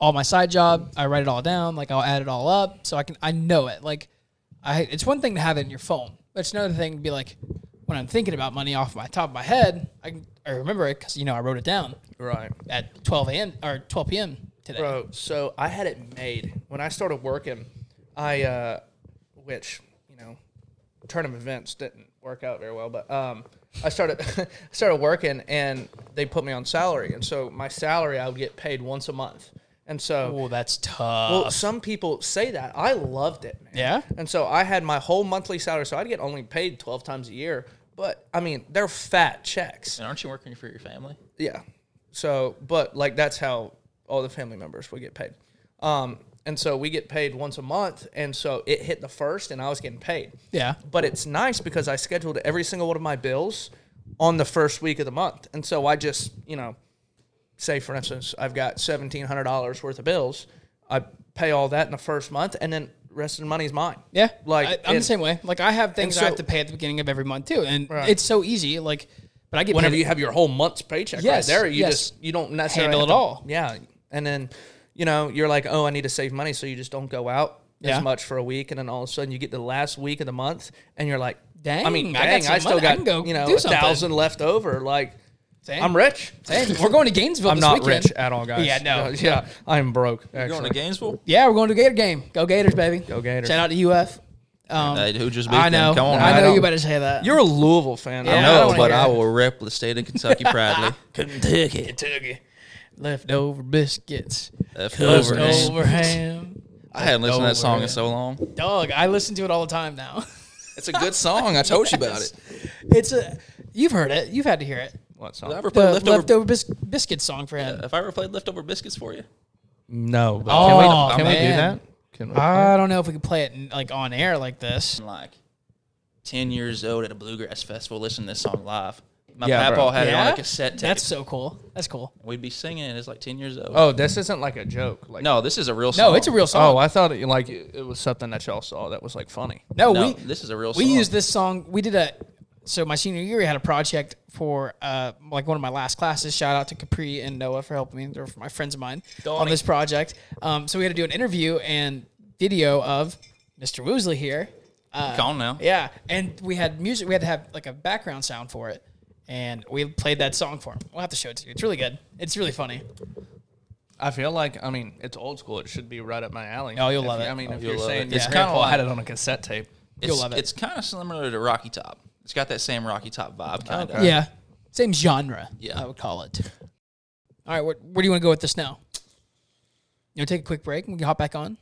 Speaker 3: all my side job. I write it all down, like I'll add it all up so I can I know it. Like I it's one thing to have it in your phone, but it's another thing to be like when I'm thinking about money off my top of my head, I can I remember it because you know I wrote it down
Speaker 4: right.
Speaker 3: at 12 a.m. or 12 p.m. today.
Speaker 4: Bro, so I had it made when I started working. I, uh, which you know, tournament events didn't work out very well, but um, I started started working and they put me on salary, and so my salary I would get paid once a month, and so
Speaker 3: Oh, that's tough.
Speaker 4: well, some people say that. I loved it, man.
Speaker 3: Yeah?
Speaker 4: And so I had my whole monthly salary, so I'd get only paid 12 times a year. But I mean, they're fat checks.
Speaker 1: And aren't you working for your family?
Speaker 4: Yeah. So, but like that's how all the family members would get paid. Um, and so we get paid once a month. And so it hit the first, and I was getting paid.
Speaker 3: yeah.
Speaker 4: But it's nice because I scheduled every single one of my bills on the first week of the month. And so I just, you know, say for instance, I've got $1,700 worth of bills. I pay all that in the first month and then rest of the money is mine.
Speaker 3: Yeah,
Speaker 4: Like,
Speaker 3: I, I'm the
Speaker 4: and
Speaker 3: same way. Like I have things I
Speaker 4: so-
Speaker 3: have to pay at the beginning of every month too, and
Speaker 4: Right.
Speaker 3: it's so easy. Like, but I get
Speaker 4: Whenever
Speaker 3: paid-
Speaker 4: you have your whole month's paycheck
Speaker 3: Yes,
Speaker 4: right there, you
Speaker 3: yes.
Speaker 4: just, you don't necessarily
Speaker 3: Handle
Speaker 4: have
Speaker 3: it
Speaker 4: to-
Speaker 3: all.
Speaker 4: Yeah. And then, you know, you're like, oh, I need to save money. So you just don't go out.
Speaker 3: Yeah.
Speaker 4: As much for a week, and then all of a sudden you get the last week of the month, and you're like,
Speaker 3: Dang,
Speaker 4: I mean,
Speaker 3: I got
Speaker 4: dang,
Speaker 3: some
Speaker 4: I, still
Speaker 3: money. I
Speaker 4: got
Speaker 3: can go
Speaker 4: you know
Speaker 3: do
Speaker 4: a
Speaker 3: something."
Speaker 4: thousand left over. Like,
Speaker 3: Dang.
Speaker 4: I'm rich.
Speaker 3: Hey, we're going to Gainesville.
Speaker 4: I'm
Speaker 3: this
Speaker 4: not
Speaker 3: weekend.
Speaker 4: rich at all, guys.
Speaker 3: Yeah, no.
Speaker 4: Yeah, I'm broke.
Speaker 1: You're going
Speaker 4: actually.
Speaker 1: to Gainesville?
Speaker 3: Yeah, we're going to a Gator game. Go Gators, baby. Go
Speaker 4: Gators.
Speaker 3: Shout out to UF. Um,
Speaker 1: Hey, who just beat
Speaker 3: I know.
Speaker 1: them? Come on,
Speaker 3: I
Speaker 1: man.
Speaker 3: know
Speaker 4: don't-
Speaker 3: you better say that.
Speaker 4: You're a Louisville fan.
Speaker 3: Yeah,
Speaker 1: I
Speaker 3: I
Speaker 1: know,
Speaker 3: don't wanna
Speaker 1: but
Speaker 3: hear
Speaker 1: I
Speaker 3: it.
Speaker 1: will rep the state of Kentucky proudly.
Speaker 3: Kentucky. Kentucky. Leftover biscuits.
Speaker 1: Leftovers.
Speaker 3: Leftover ham.
Speaker 1: I hadn't listened to that song in
Speaker 3: Leftovers.
Speaker 1: so long.
Speaker 3: Dog, I listen to it all the time now.
Speaker 1: It's a good song. I told you about it.
Speaker 3: It's a. You've heard it. You've had to hear it.
Speaker 4: What
Speaker 1: If I
Speaker 4: song?
Speaker 1: ever
Speaker 3: The
Speaker 1: played
Speaker 3: leftover,
Speaker 1: leftover,
Speaker 3: bis- biscuit song for him.
Speaker 1: if I ever played leftover biscuits for you,
Speaker 4: No. But
Speaker 3: Oh,
Speaker 4: can we,
Speaker 3: Oh,
Speaker 4: can we do
Speaker 3: man. Uh,
Speaker 4: that? Can we?
Speaker 3: I don't know if we could play it like on air like this.
Speaker 1: I'm like ten years old at a bluegrass festival, listening to this song live. My
Speaker 4: Yeah,
Speaker 1: papaw
Speaker 4: bro.
Speaker 1: had it on
Speaker 3: Yeah?
Speaker 1: a cassette tape.
Speaker 3: That's so cool. That's cool.
Speaker 1: We'd be singing it as like ten years old.
Speaker 4: oh, this isn't like a joke. Like
Speaker 1: No, this is a real song.
Speaker 3: No, it's a real song.
Speaker 4: Oh, I thought it, like it it was something that y'all saw that was like funny.
Speaker 3: no,
Speaker 1: No,
Speaker 3: we
Speaker 1: this is a real
Speaker 3: we
Speaker 1: song.
Speaker 3: used this song. We did a so my senior year we had a project for uh like one of my last classes. Shout out to Capri and Noah for helping me. They're my friends of mine on this project. Um, so we had to do an interview and video of Mr. Woosley here.
Speaker 1: Come on now.
Speaker 3: Yeah, and we had music. We had to have like a background sound for it, and we played that song for him. We'll have to show it to you. It's really good. It's really funny.
Speaker 4: I feel like I mean it's old school. It should be right up my alley.
Speaker 3: Oh, you'll
Speaker 4: If
Speaker 3: love
Speaker 4: you-
Speaker 3: it.
Speaker 4: I mean, if
Speaker 1: you'll
Speaker 4: you're
Speaker 1: love
Speaker 4: saying
Speaker 1: it.
Speaker 4: your
Speaker 1: It's
Speaker 4: grandpa
Speaker 1: kinda
Speaker 4: had it on a cassette tape.
Speaker 1: It's,
Speaker 3: You'll love it.
Speaker 1: It's kind of similar to Rocky Top. It's got that same Rocky Top vibe, kind of.
Speaker 3: Yeah, same genre.
Speaker 1: Yeah.
Speaker 3: I would call it. All right, where, where do you want to go with this now? You know, take a quick break and we can hop back on.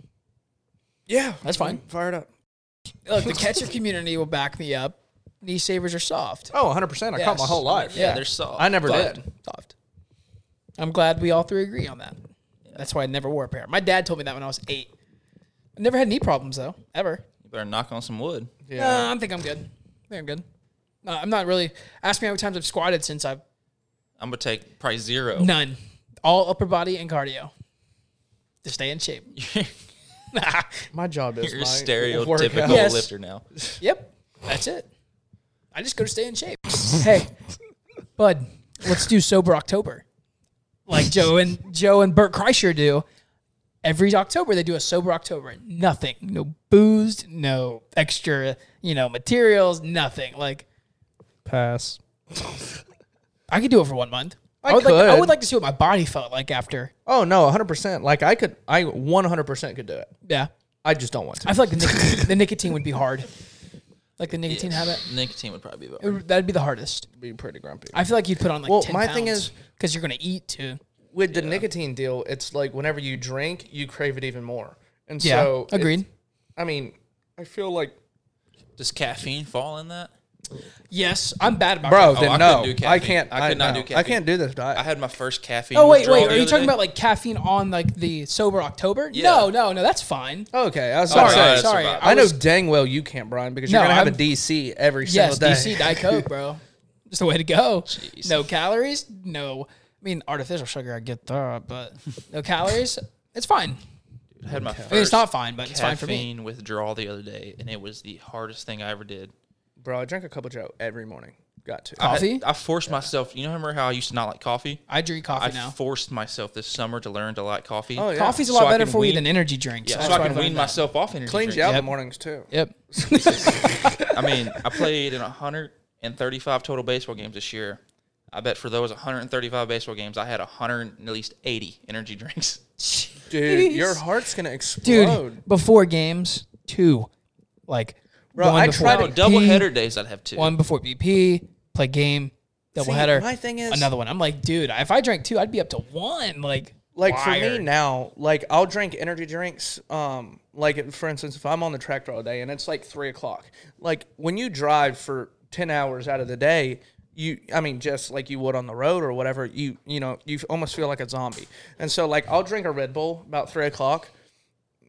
Speaker 4: Yeah,
Speaker 3: That's fine.
Speaker 4: Fired up.
Speaker 3: Look, the catcher community will back me up. Knee savers are soft.
Speaker 4: Oh, 100 percent. I
Speaker 3: Yes.
Speaker 4: caught my whole life.
Speaker 1: Yeah, they're soft.
Speaker 4: I never
Speaker 1: but-
Speaker 4: did.
Speaker 3: Soft. I'm glad we all three agree on that. That's why I never wore a pair. My dad told me that when I was eight. I never had knee problems though, ever.
Speaker 1: You better knock on some wood.
Speaker 4: Yeah.
Speaker 3: Uh, I think I'm good. I think I'm good. No, I'm not really. Ask me how many times I've squatted since I've
Speaker 1: I'm gonna take probably zero.
Speaker 3: none. All upper body and cardio to stay in shape.
Speaker 4: My job is
Speaker 1: You're a
Speaker 4: my
Speaker 1: stereotypical
Speaker 4: workout.
Speaker 3: Yes.
Speaker 1: lifter now.
Speaker 3: Yep, that's it. I just go to stay in shape. hey, bud, let's do sober October, like Joe and Joe and Bert Kreischer do. Every October they do a sober October. Nothing, no booze, no extra, you know, materials, nothing. Like
Speaker 4: Pass.
Speaker 3: I could do it for one month. I, would Like, I
Speaker 4: could.
Speaker 3: would like to see what my body felt like after.
Speaker 4: Oh no, 100 percent. Like I could, I 100 percent could do it.
Speaker 3: Yeah,
Speaker 4: I just don't want to.
Speaker 3: I feel like the nicotine, the nicotine would be hard. Like the nicotine habit,
Speaker 1: Nicotine would probably be
Speaker 3: It
Speaker 1: better.
Speaker 3: would- that'd be the hardest.
Speaker 4: be pretty grumpy.
Speaker 3: I feel like you'd put on like
Speaker 4: Well,
Speaker 3: ten
Speaker 4: my thing is-
Speaker 3: because you're gonna eat too.
Speaker 4: With the nicotine deal, it's like whenever you drink, you crave it even more. And
Speaker 3: Yeah,
Speaker 4: so it's-
Speaker 3: agreed.
Speaker 4: I mean, I feel like
Speaker 1: Does caffeine fall in that?
Speaker 3: Yes, I'm bad about
Speaker 4: bro,
Speaker 1: I
Speaker 4: then
Speaker 1: couldn't
Speaker 4: no,
Speaker 1: do caffeine.
Speaker 4: Oh, I can't.
Speaker 1: I could not
Speaker 4: no,
Speaker 1: do
Speaker 4: I
Speaker 1: caffeine.
Speaker 4: can't do this diet.
Speaker 1: I had my first caffeine.
Speaker 3: Oh wait,
Speaker 1: withdrawal
Speaker 3: wait.
Speaker 1: the
Speaker 3: Are you
Speaker 1: other
Speaker 3: talking
Speaker 1: day.
Speaker 3: about like caffeine on like the sober October?
Speaker 1: Yeah.
Speaker 3: No, no, no. That's fine.
Speaker 4: okay, I was
Speaker 3: Sorry,
Speaker 4: sorry.
Speaker 1: sorry,
Speaker 3: sorry.
Speaker 1: that's
Speaker 3: sorry.
Speaker 1: about-
Speaker 4: I, know
Speaker 3: was-
Speaker 4: dang well you can't, Brian, because
Speaker 3: No,
Speaker 4: you're gonna have
Speaker 3: I'm-
Speaker 4: a DC every
Speaker 3: Yes,
Speaker 4: single day.
Speaker 3: DC Diet Coke, bro. It's the way to go. No calories. No. I mean, artificial sugar. I get that, but no calories. It's fine.
Speaker 1: I had my
Speaker 3: I mean, it's
Speaker 1: first
Speaker 3: not fine, but it's fine for me.
Speaker 1: caffeine withdrawal the other day, and it was the hardest thing I ever did.
Speaker 4: bro, I drink a cup of Joe every morning. Got to.
Speaker 1: I-
Speaker 3: Coffee?
Speaker 1: I, forced myself. You know, remember how I used to not like coffee?
Speaker 3: I drink coffee
Speaker 1: I
Speaker 3: now.
Speaker 1: forced myself this summer to learn to like coffee.
Speaker 4: Oh, yeah.
Speaker 3: Coffee's a
Speaker 1: So
Speaker 3: lot
Speaker 1: I
Speaker 3: better
Speaker 1: can
Speaker 3: for you
Speaker 1: wean-
Speaker 3: than energy drinks.
Speaker 1: Yeah,
Speaker 3: That's
Speaker 1: so I
Speaker 3: what
Speaker 1: can
Speaker 3: learned
Speaker 1: wean
Speaker 3: that.
Speaker 1: myself off energy
Speaker 4: Cleans you
Speaker 1: drinks.
Speaker 4: out in the mornings too.
Speaker 3: Yep.
Speaker 1: I mean, I played in 135 total baseball games this year. I bet for those 135 baseball games, I had 100 and at least 80 energy drinks.
Speaker 4: Dude, your
Speaker 3: Jeez.
Speaker 4: heart's gonna
Speaker 3: dude.
Speaker 4: explode.
Speaker 3: Before games, two, like
Speaker 4: Bro,
Speaker 3: one
Speaker 4: I
Speaker 3: before
Speaker 4: tried
Speaker 1: No,
Speaker 4: BP,
Speaker 1: double header days I'd have two.
Speaker 3: one before BP, play game, double header.
Speaker 4: my thing is-
Speaker 3: another one. I'm like, dude, if I drank two, I'd be up to one. Like,
Speaker 4: like for
Speaker 3: wired.
Speaker 4: me now, like I'll drink energy drinks. Um, like for instance, if I'm on the tractor all day and it's like three o'clock, like when you drive for ten hours out of the day, you, I mean, just like you would on the road or whatever, you, you know, you almost feel like a zombie. And so, like, I'll drink a Red Bull about three o'clock,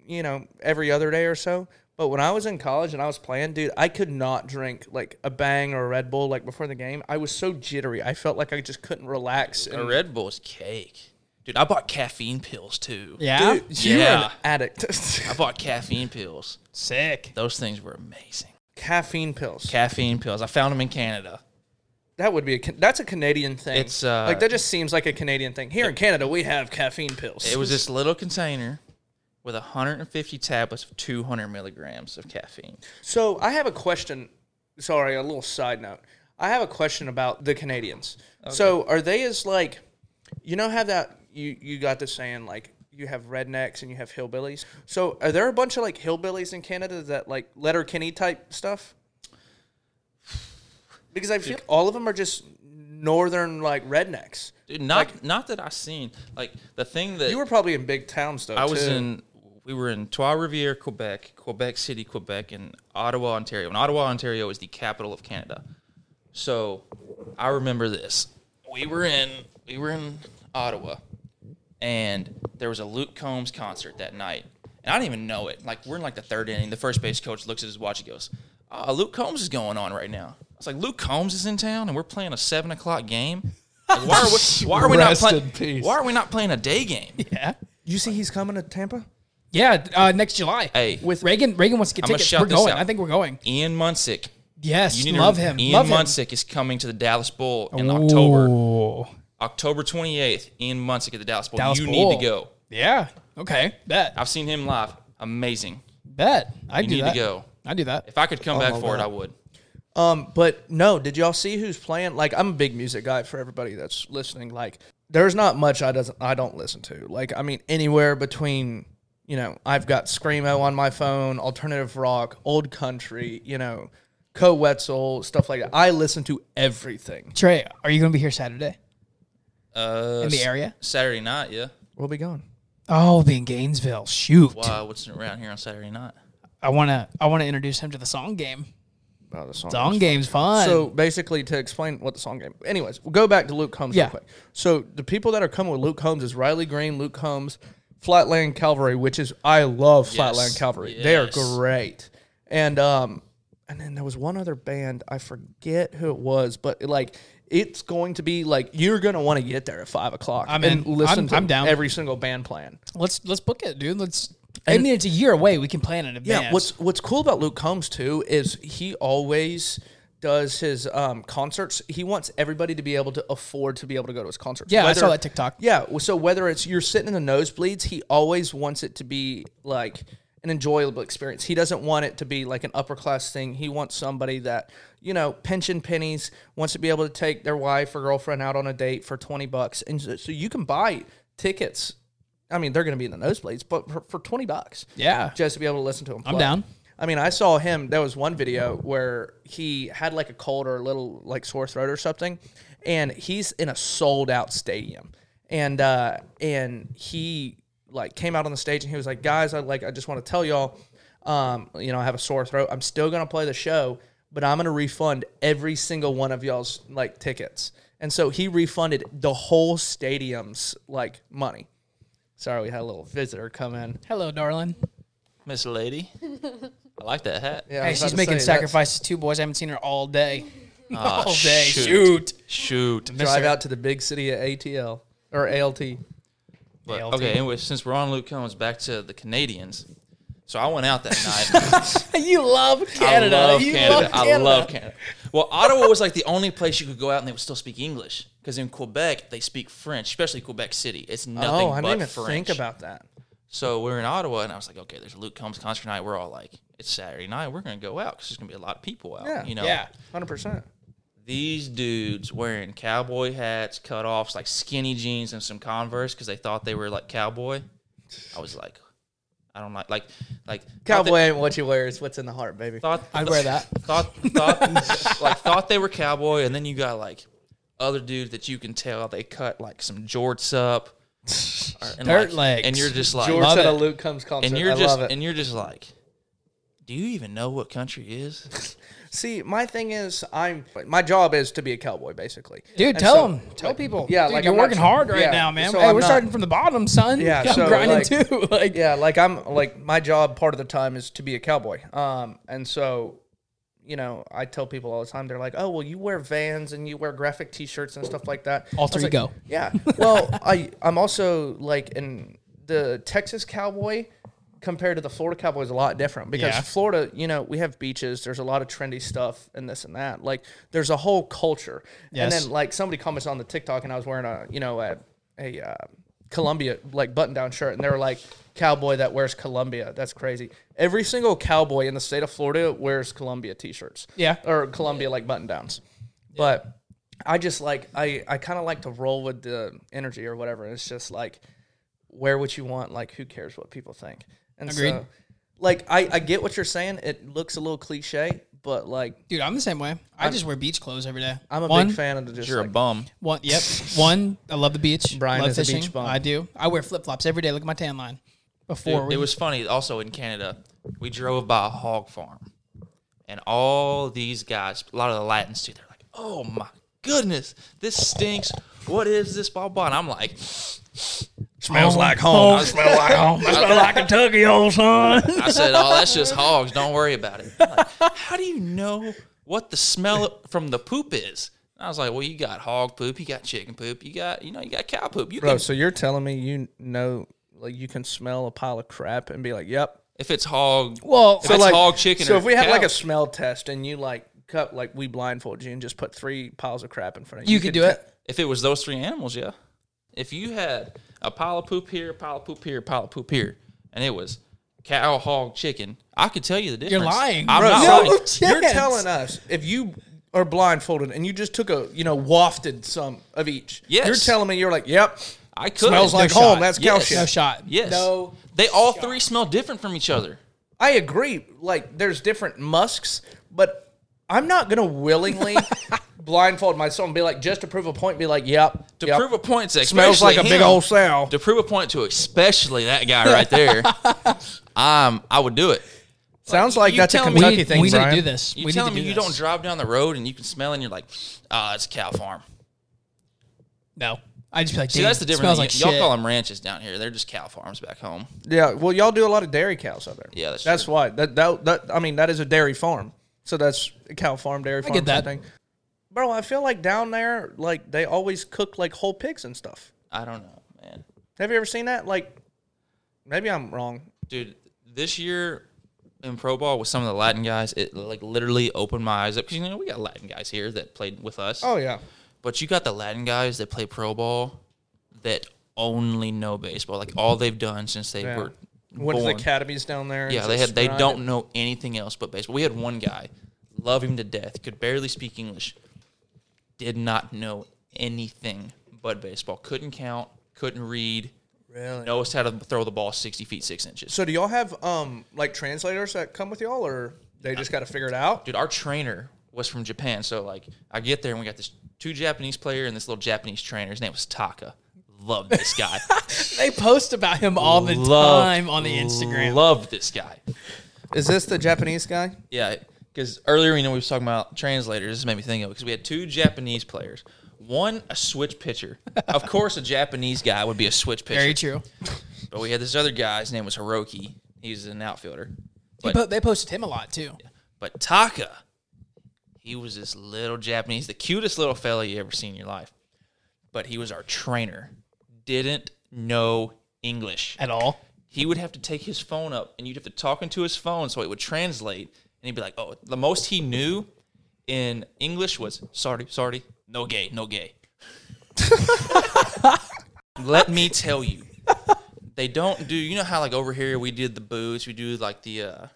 Speaker 4: you know, every other day or so. But when I was in college and I was playing, dude, I could not drink like a bang or a Red Bull like before the game. I was so jittery. I felt like I just couldn't relax.
Speaker 1: A
Speaker 4: And,
Speaker 1: Red Bull's cake. Dude, I bought caffeine pills too.
Speaker 3: yeah,
Speaker 4: Dude, you're an
Speaker 1: Yeah.
Speaker 4: addict.
Speaker 1: I bought caffeine pills.
Speaker 3: sick.
Speaker 1: Those things were amazing.
Speaker 4: caffeine pills.
Speaker 1: Caffeine pills. I found them in Canada.
Speaker 4: that would be a Ca- that's a Canadian thing.
Speaker 1: It's, uh,
Speaker 4: like that just seems like a Canadian thing. Here in Canada, we have caffeine pills.
Speaker 1: It was this little container with 150 tablets of 200 milligrams of caffeine.
Speaker 4: so. I have a question. Sorry, a little side note. I have a question about the Canadians. So are they as like, you know, have that you you got the saying like you have rednecks and you have hillbillies. So are there a bunch of like hillbillies in Canada that like letter Kenny type stuff? Because I feel all of them are just northern like rednecks.
Speaker 1: Dude, not not that I seen like the thing that
Speaker 4: You were probably in big towns though.
Speaker 1: I was
Speaker 4: too.
Speaker 1: in. We were in Trois Rivières, Quebec, Quebec City, Quebec, and Ottawa, Ontario. And Ottawa, Ontario is the capital of Canada. So I remember this. We were in we were in Ottawa, and there was a Luke Combs concert that night, and I didn't even know it. Like we're in like the third inning. The first base coach looks at his watch. He goes, "Ah, Luke Combs is going on right now." I was like, "Luke Combs is in town, and we're playing a seven o'clock game." Like, why are we, why are we not
Speaker 4: Rest in
Speaker 1: playing?
Speaker 4: peace.
Speaker 1: Why are we not playing a day game?
Speaker 3: Yeah,
Speaker 4: You see, he's coming to Tampa.
Speaker 3: yeah. Uh, next July,
Speaker 1: Hey.
Speaker 3: with Reagan. Reagan wants to get
Speaker 1: I'ma
Speaker 3: tickets.
Speaker 1: shout
Speaker 3: We're
Speaker 1: this
Speaker 3: going.
Speaker 1: out.
Speaker 3: I think we're going.
Speaker 1: Ian Munsick.
Speaker 3: Yes,
Speaker 1: You need
Speaker 3: love
Speaker 1: to,
Speaker 3: him.
Speaker 1: Ian
Speaker 3: love him.
Speaker 1: Munsick is coming to the Dallas Bowl in October.
Speaker 3: Ooh.
Speaker 1: October 28th, Ian Munsick at the Dallas Bowl.
Speaker 3: Dallas
Speaker 1: you
Speaker 3: Bowl.
Speaker 1: need to go.
Speaker 3: Yeah. Okay. Bet.
Speaker 1: I've seen him live. Amazing.
Speaker 3: Bet. I
Speaker 1: You
Speaker 3: do
Speaker 1: need
Speaker 3: that.
Speaker 1: to go.
Speaker 3: I do that.
Speaker 1: If I could come back for it,
Speaker 4: God.
Speaker 1: I would.
Speaker 4: Um, but no, did y'all see who's playing? Like, I'm a big music guy for everybody that's listening. Like, there's not much I doesn't I don't listen to. Like, I mean, anywhere between you know, I've got screamo on my phone, alternative rock, old country, you know, Co Wetzel stuff like that. I listen to everything.
Speaker 3: Trey, are you going to be here Saturday
Speaker 1: Uh,
Speaker 3: in the
Speaker 1: s-
Speaker 3: area?
Speaker 1: Saturday night, yeah.
Speaker 4: We'll be gone.
Speaker 3: Oh, be in Gainesville. Shoot.
Speaker 1: Wow, Uh, what's around here on Saturday night?
Speaker 3: I want to. I want to introduce him to the song game.
Speaker 4: Oh, the song.
Speaker 3: Song game's fun.
Speaker 4: So basically, to explain what the song game. Anyways, we'll go back to Luke Combs
Speaker 3: Yeah.
Speaker 4: real quick. So the people that are coming with Luke Combs is Riley Green, Luke Combs, Flatland Calvary, which is I love Flatland Calvary. They are
Speaker 1: Yes.
Speaker 4: great. And um, and then there was one other band I forget who it was, but like it's going to be like you're gonna want to get there at five o'clock.
Speaker 3: I'm
Speaker 4: and
Speaker 3: in.
Speaker 4: listen
Speaker 3: I'm-
Speaker 4: to
Speaker 3: I'm down.
Speaker 4: every single band plan.
Speaker 3: let's let's book it, dude. Let's. I mean, it's a year away. We can plan in advance.
Speaker 4: Yeah, what's what's cool about Luke Combs too is he always does his um, concerts. He wants everybody to be able to afford to be able to go to his concerts.
Speaker 3: Yeah, I saw that TikTok.
Speaker 4: Yeah, well, so whether it's you're sitting in the nosebleeds, he always wants it to be like an enjoyable experience. He doesn't want it to be like an upper class thing. He wants somebody that you know pension pennies wants to be able to take their wife or girlfriend out on a date for twenty bucks, and so, so you can buy tickets. I mean, they're going to be in the nosebleeds, but for, for twenty bucks,
Speaker 3: Yeah.
Speaker 4: just to be able to listen to him.
Speaker 3: I'm
Speaker 4: play.
Speaker 3: down.
Speaker 4: I mean, I saw him. There was one video where he had like a cold or a little like sore throat or something, and he's in a sold out stadium, and uh, and he like came out on the stage and he was like, guys, I like I just want to tell y'all, um, you know, I have a sore throat. I'm still gonna play the show, but I'm gonna refund every single one of y'all's like tickets. And so he refunded the whole stadium's like money. Sorry, we had a little visitor come in.
Speaker 3: Hello, darling.
Speaker 1: Miss Lady. I like that hat.
Speaker 4: Yeah, I
Speaker 3: Hey,
Speaker 4: was about
Speaker 3: she's
Speaker 4: to
Speaker 3: making
Speaker 4: say, that's-
Speaker 3: sacrifices too, boys. I haven't seen her all day.
Speaker 1: Ah,
Speaker 3: all day.
Speaker 1: shoot.
Speaker 3: Shoot.
Speaker 1: Shoot.
Speaker 4: drive out to the big city of ATL or ALT.
Speaker 1: But,
Speaker 3: ALT.
Speaker 1: okay, anyway, since we're on Luke Combs, back to the Canadians. So I went out that night.
Speaker 3: you love Canada.
Speaker 1: I love
Speaker 3: you
Speaker 1: Canada.
Speaker 3: love Canada.
Speaker 1: I love Canada. Well, Ottawa was like the only place you could go out and they would still speak English because in Quebec they speak French, especially Quebec City. It's nothing
Speaker 4: oh, I
Speaker 1: but
Speaker 4: didn't even
Speaker 1: French.
Speaker 4: think about that.
Speaker 1: so we're in Ottawa and I was like, okay, there's a Luke Combs concert night. We're all like, it's Saturday night. We're gonna go out because there's gonna be a lot of people out.
Speaker 4: Yeah.
Speaker 1: you know.
Speaker 3: Yeah.
Speaker 4: Hundred percent.
Speaker 1: These dudes wearing cowboy hats, cutoffs, like skinny jeans, and some Converse because they thought they were like cowboy. I was like, I don't like like like thought
Speaker 4: Cowboy
Speaker 1: They,
Speaker 4: ain't what you wear; it's what's in the heart, baby.
Speaker 1: thought
Speaker 3: I'd wear that.
Speaker 1: Thought thought like thought they were cowboy, and then you got like other dudes that you can tell they cut like some jorts up, or- and like-
Speaker 3: Dirt legs.
Speaker 1: and you're just like
Speaker 6: George said
Speaker 3: it.
Speaker 6: a Luke comes concert.
Speaker 1: and you're
Speaker 6: I
Speaker 1: just
Speaker 6: love it.
Speaker 1: and you're just like, do you even know what country is?
Speaker 4: See, my thing is, I'm my job is to be a cowboy, basically.
Speaker 3: Dude,
Speaker 4: And
Speaker 3: tell
Speaker 4: so-
Speaker 3: 'em. Tell people.
Speaker 4: yeah,
Speaker 3: Dude,
Speaker 4: like,
Speaker 3: you're
Speaker 4: I'm not
Speaker 3: working
Speaker 4: tr-
Speaker 3: hard right
Speaker 4: yeah,
Speaker 3: now, man.
Speaker 4: so
Speaker 3: hey,
Speaker 4: I'm
Speaker 3: we're
Speaker 4: not-
Speaker 3: starting from the bottom, son.
Speaker 4: Yeah,
Speaker 3: I'm
Speaker 4: so,
Speaker 3: grinding
Speaker 4: like-
Speaker 3: too. like,
Speaker 4: yeah like i'm like my job part of the time is to be a cowboy um and so you know i tell people all the time they're like oh well you wear vans and you wear graphic t-shirts and stuff like that
Speaker 3: Alter
Speaker 4: I was like,
Speaker 3: ego.
Speaker 4: yeah well i i'm also like in the texas cowboy compared to the florida cowboy is a lot different because
Speaker 3: Yeah.
Speaker 4: florida you know we have beaches there's a lot of trendy stuff and this and that like there's a whole culture and
Speaker 3: Yes.
Speaker 4: then like somebody comments on the tiktok and i was wearing a you know a, a uh, columbia like button down shirt and they were like cowboy that wears columbia that's crazy every single cowboy in the state of florida wears columbia t-shirts
Speaker 3: Yeah.
Speaker 4: or columbia like button downs but i just like i i kind of like to roll with the energy or whatever it's just like wear what you want like who cares what people think and
Speaker 3: Agreed.
Speaker 4: so like I, I get what you're saying it looks a little cliche but like
Speaker 3: Dude, I'm the same way. I just wear beach clothes every day.
Speaker 4: i'm a
Speaker 3: One-
Speaker 4: big fan of the just
Speaker 1: You're a
Speaker 4: like,
Speaker 1: bum.
Speaker 3: One, yep. One, I love the beach.
Speaker 4: Brian
Speaker 3: love
Speaker 4: is a beach
Speaker 3: fishing.
Speaker 4: bum.
Speaker 3: I do. I wear flip flops every day. Look at my tan line. Before
Speaker 1: Dude,
Speaker 3: we,
Speaker 1: it was funny. Also in Canada, we drove by a hog farm, and all these guys, a lot of the Latins too, they're like, "Oh my goodness, this stinks! What is this?" Blah blah. And I'm like, "Oh,
Speaker 7: Smells like home. Smells like home. Smells like Kentucky, old son.
Speaker 1: I said, "Oh, that's just hogs. Don't worry about it." Like, How do you know what the smell from the poop is? And I was like, "Well, you got hog poop, you got chicken poop, you got you know, you got cow poop. You
Speaker 4: bro
Speaker 1: can,
Speaker 4: so you're telling me you know like you can smell a pile of crap and be like yep
Speaker 1: if it's hog,
Speaker 3: well,
Speaker 1: if it's Oh, hog chicken.
Speaker 4: so
Speaker 1: or
Speaker 4: if we have like
Speaker 1: cow-
Speaker 4: a smell test and you like cut like we blindfold you and just put three piles of crap in front of you
Speaker 3: you could do it.
Speaker 1: If it was those three animals, yeah. If you had a pile of poop here, pile of poop here, pile of poop here, and it was cow, hog, chicken, I could tell you the difference.
Speaker 3: lying,
Speaker 1: I'm
Speaker 3: bro.
Speaker 1: not
Speaker 3: No.
Speaker 1: lying.
Speaker 4: you're
Speaker 3: chance.
Speaker 4: telling us if you are blindfolded and you just took a you know wafted some of each
Speaker 1: Yes.
Speaker 4: you're telling me you're like yep
Speaker 1: I could.
Speaker 4: smells like
Speaker 3: No
Speaker 4: home
Speaker 3: shot.
Speaker 4: that's cow
Speaker 1: Yes.
Speaker 4: shit
Speaker 3: No shot.
Speaker 1: yes.
Speaker 4: No
Speaker 1: They all three smell different from each other.
Speaker 4: I agree. Like, there's different musks, but I'm not gonna willingly blindfold myself and be like, just to prove a point, be like, yep,
Speaker 1: To
Speaker 4: yep.
Speaker 1: prove a point, to
Speaker 4: smells like a
Speaker 1: especially
Speaker 4: big
Speaker 1: him,
Speaker 4: old sow.
Speaker 1: To prove a point to especially that guy right there, um, I would do it.
Speaker 4: Sounds like
Speaker 1: you
Speaker 4: that's a
Speaker 1: tell me-
Speaker 4: Kentucky
Speaker 3: we,
Speaker 4: thing,
Speaker 3: we need
Speaker 4: Brian.
Speaker 3: to do this.
Speaker 1: You
Speaker 3: we
Speaker 1: telling
Speaker 3: need to
Speaker 1: me
Speaker 3: do
Speaker 1: you
Speaker 3: this.
Speaker 1: don't drive down the road and you can smell and you're like, ah, it's a cow farm.
Speaker 3: No, I just be like,
Speaker 1: See,
Speaker 3: dude,
Speaker 1: that's the difference.
Speaker 3: Smells like
Speaker 1: y'all
Speaker 3: shit.
Speaker 1: call them ranches down here. They're just cow farms back home.
Speaker 4: Yeah, well, y'all do a lot of dairy cows out there.
Speaker 1: Yeah, that's true.
Speaker 4: why. That, that that I mean, that is a dairy farm. So that's a cow farm, dairy farm.
Speaker 3: get that.
Speaker 4: Thing. Bro, I feel like down there, like they always cook like whole pigs and stuff.
Speaker 1: I don't know, man.
Speaker 4: Have you ever seen that? Like, maybe I'm wrong.
Speaker 1: Dude, this year in pro ball with some of the Latin guys, it like literally opened my eyes up because you know we got Latin guys here that played with us.
Speaker 4: Oh yeah,
Speaker 1: But you got the Latin guys that play pro ball that only know baseball. Like all they've done since they
Speaker 4: Yeah.
Speaker 1: were
Speaker 4: went to
Speaker 1: born.
Speaker 4: the academies down there. and
Speaker 1: yeah, they
Speaker 4: just
Speaker 1: had they
Speaker 4: grinded.
Speaker 1: don't know anything else but baseball. We had one guy, love him to death, could barely speak English, did not know anything but baseball. Couldn't count, couldn't read,
Speaker 4: Really?
Speaker 1: knows how to throw the ball sixty feet six inches.
Speaker 4: So do y'all have um like translators that come with y'all, or they just got to figure it out?
Speaker 1: dude, our trainer was from Japan. So like, I get there and we got this two Japanese player and this little Japanese trainer. His name was Taka. Love this guy.
Speaker 3: They post about him all the
Speaker 1: Love-
Speaker 3: time on the Instagram.
Speaker 1: Love this guy.
Speaker 4: Is this the Japanese guy?
Speaker 1: Yeah, because earlier you know we was talking about translators. This made me think of it because we had two Japanese players. One a switch pitcher. Of course, a Japanese guy would be a switch pitcher.
Speaker 3: Very true.
Speaker 1: But we had this other guy. His name was Hiroki. He's an outfielder.
Speaker 3: He
Speaker 1: But
Speaker 3: po- they posted him a lot too.
Speaker 1: But Taka, he was this little Japanese, the cutest little fella you ever seen in your life. But he was our trainer. Didn't know English.
Speaker 3: At all.
Speaker 1: He would have to take his phone up and you'd have to talk into his phone so it would translate. And he'd be like, oh, the most he knew in English was sorry, sorry, no gay, no gay. Let me tell you. They don't do, you know how like over here we did the boots, we do like the, uh,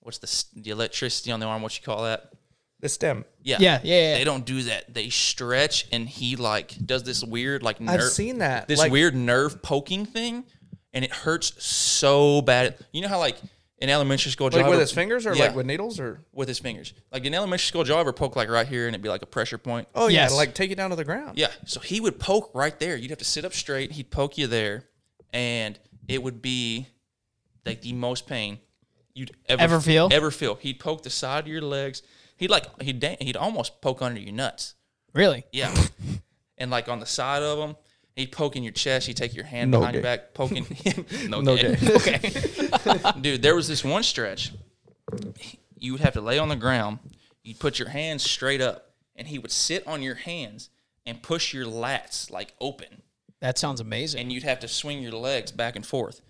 Speaker 1: what's the, s- the electricity on the arm, what you call that?
Speaker 4: The stem.
Speaker 1: Yeah.
Speaker 3: Yeah, yeah, yeah.
Speaker 1: They don't do that. They stretch and he like does this weird like nerve
Speaker 4: I've seen that.
Speaker 1: this
Speaker 4: Like,
Speaker 1: weird nerve poking thing. and it hurts so bad. You know how like in elementary school,
Speaker 4: Like
Speaker 1: Java-
Speaker 4: with his fingers or
Speaker 1: Yeah,
Speaker 4: like with needles or?
Speaker 1: with his fingers. Like in elementary school, Java poke like right here, and it'd be like a pressure point.
Speaker 4: Oh
Speaker 3: Yes.
Speaker 4: yeah, like take it down to the ground.
Speaker 1: Yeah. So he would poke right there. You'd have to sit up straight. He'd poke you there, and it would be like the most pain you'd ever,
Speaker 3: Ever feel?
Speaker 1: Ever feel? He'd poke the side of your legs. He'd like he'd da- he'd almost poke under your nuts.
Speaker 3: Really?
Speaker 1: Yeah. and like on the side of them, he'd poke in your chest. He'd take your hand behind your back, poking. no, no gay. okay. Dude, there was this one stretch. You would have to lay on the ground. You'd put your hands straight up, and he would sit on your hands and push your lats like open,
Speaker 3: That sounds amazing.
Speaker 1: and you'd have to swing your legs back and forth.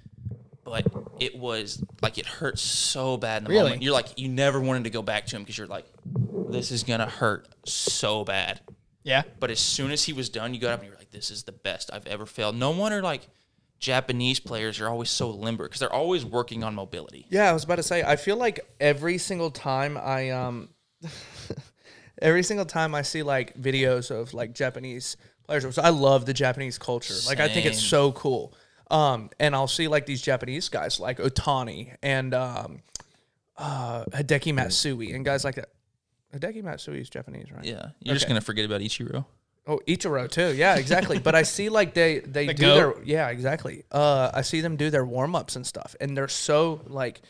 Speaker 1: But it was like it hurt so bad in the
Speaker 3: Really?
Speaker 1: moment. You're like you never wanted to go back to him because you're like, this is gonna hurt so bad.
Speaker 3: Yeah.
Speaker 1: But as soon as he was done, you got up and you were like, "This is the best I've ever felt." No wonder like Japanese players are always so limber because they're always working on mobility.
Speaker 4: Yeah, I was about to say. I feel like every single time I um, every single time I see like videos of like Japanese players, which I love the Japanese culture. Like I think it's
Speaker 1: Same.
Speaker 4: so cool. Um, and I'll see like these Japanese guys like Otani and um, uh, Hideki Matsui and guys like that. Hideki Matsui is Japanese, right?
Speaker 1: Yeah, you're just gonna forget about Ichiro.
Speaker 4: Oh, Ichiro too. Yeah, exactly. but I see like they they do their yeah exactly. Uh, I see them do their warm ups and stuff, and they're so like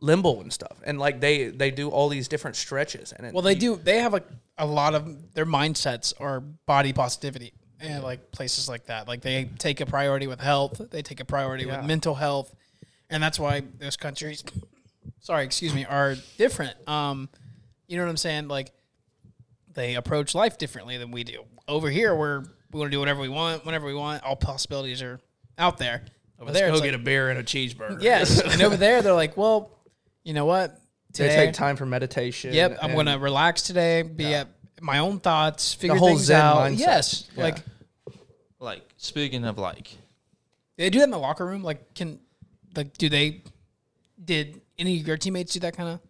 Speaker 4: limbo and stuff, and like they they do all these different stretches, and it,
Speaker 3: Well, they do. They have a, a lot of their mindsets are body positivity and like places like that. Like they take a priority with health. They take a priority with mental health, and that's why those countries, sorry, excuse me, are different. Um, you know what I'm saying? Like they approach life differently than we do. Over here, we're we want to do whatever we want, whenever we want. All possibilities are out there. Over there,
Speaker 8: Go
Speaker 3: it's
Speaker 8: get
Speaker 3: like,
Speaker 8: a beer and a cheeseburger.
Speaker 3: yes, and over there they're like, well, you know what?
Speaker 4: they
Speaker 3: Today,
Speaker 4: take time for meditation.
Speaker 3: Yep, I'm
Speaker 4: and-
Speaker 3: gonna relax today. Be at my own thoughts. Figure
Speaker 4: whole
Speaker 3: things
Speaker 4: Zen
Speaker 3: out.
Speaker 4: mindset.
Speaker 3: Yes,
Speaker 4: Yeah.
Speaker 3: like
Speaker 1: Like speaking of like,
Speaker 3: they do that in the locker room. Like, can like do they? Did any of your teammates do that kind of?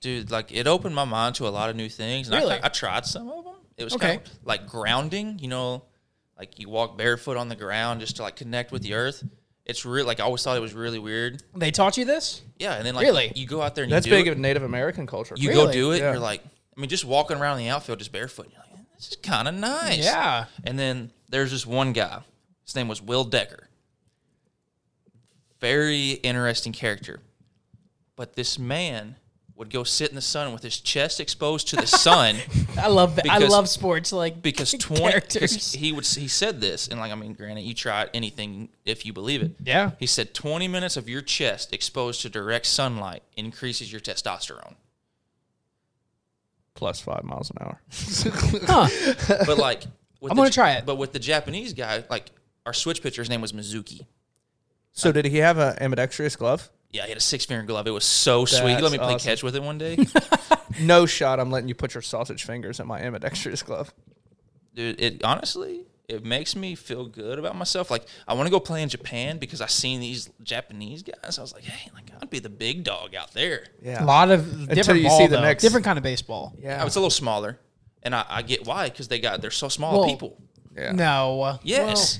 Speaker 1: dude, like it opened my mind to a lot of new things. And I
Speaker 3: Really?
Speaker 1: I, I tried some of them. It was
Speaker 3: Okay.
Speaker 1: kind of like grounding. You know, like you walk barefoot on the ground just to like connect with the earth. It's real. Like I always thought it was really weird.
Speaker 3: They taught you this?
Speaker 1: Yeah, and then like
Speaker 3: Really?
Speaker 1: you go out there and
Speaker 4: That's
Speaker 1: you do
Speaker 4: big
Speaker 1: it.
Speaker 4: of Native American culture.
Speaker 1: You go
Speaker 3: Really?
Speaker 1: do it,
Speaker 4: Yeah.
Speaker 1: and you're like, I mean, just walking around in the outfield just barefoot. And you're like, this is kind of nice.
Speaker 3: Yeah.
Speaker 1: And then there's this one guy. His name was Will Decker. Very interesting character. But this man would go sit in the sun with his chest exposed to the sun
Speaker 3: I love that. I
Speaker 1: Because-
Speaker 3: love sports. Like
Speaker 1: because 20 because he would he said this and like I mean granted you try anything if you believe it.
Speaker 3: Yeah.
Speaker 1: He said 20 minutes of your chest exposed to direct sunlight increases your testosterone.
Speaker 4: plus five miles an hour.
Speaker 1: but like, with
Speaker 3: I'm
Speaker 1: the
Speaker 3: gonna
Speaker 1: J-
Speaker 3: try it.
Speaker 1: But with the Japanese guy, like our switch pitcher's name was Mizuki.
Speaker 4: So did he have a ambidextrous glove?
Speaker 1: Yeah, he had a six finger glove. It was so sweet. He let
Speaker 4: That's
Speaker 1: me play
Speaker 4: awesome.
Speaker 1: catch with it one day,
Speaker 4: No shot. I'm letting you put your sausage fingers in my ambidextrous glove.
Speaker 1: dude. It honestly, it makes me feel good about myself. Like I want to go play in Japan because I seen these Japanese guys. I was like, hey, like I'd be the big dog out there.
Speaker 4: Yeah.
Speaker 3: a lot of different
Speaker 4: you
Speaker 3: ball,
Speaker 4: see the
Speaker 3: though.
Speaker 4: next-
Speaker 3: different kind of baseball.
Speaker 1: I was a little smaller, and I, I get why because they got they're so small
Speaker 3: Well-
Speaker 1: people.
Speaker 4: Yeah.
Speaker 3: No,
Speaker 1: Yes,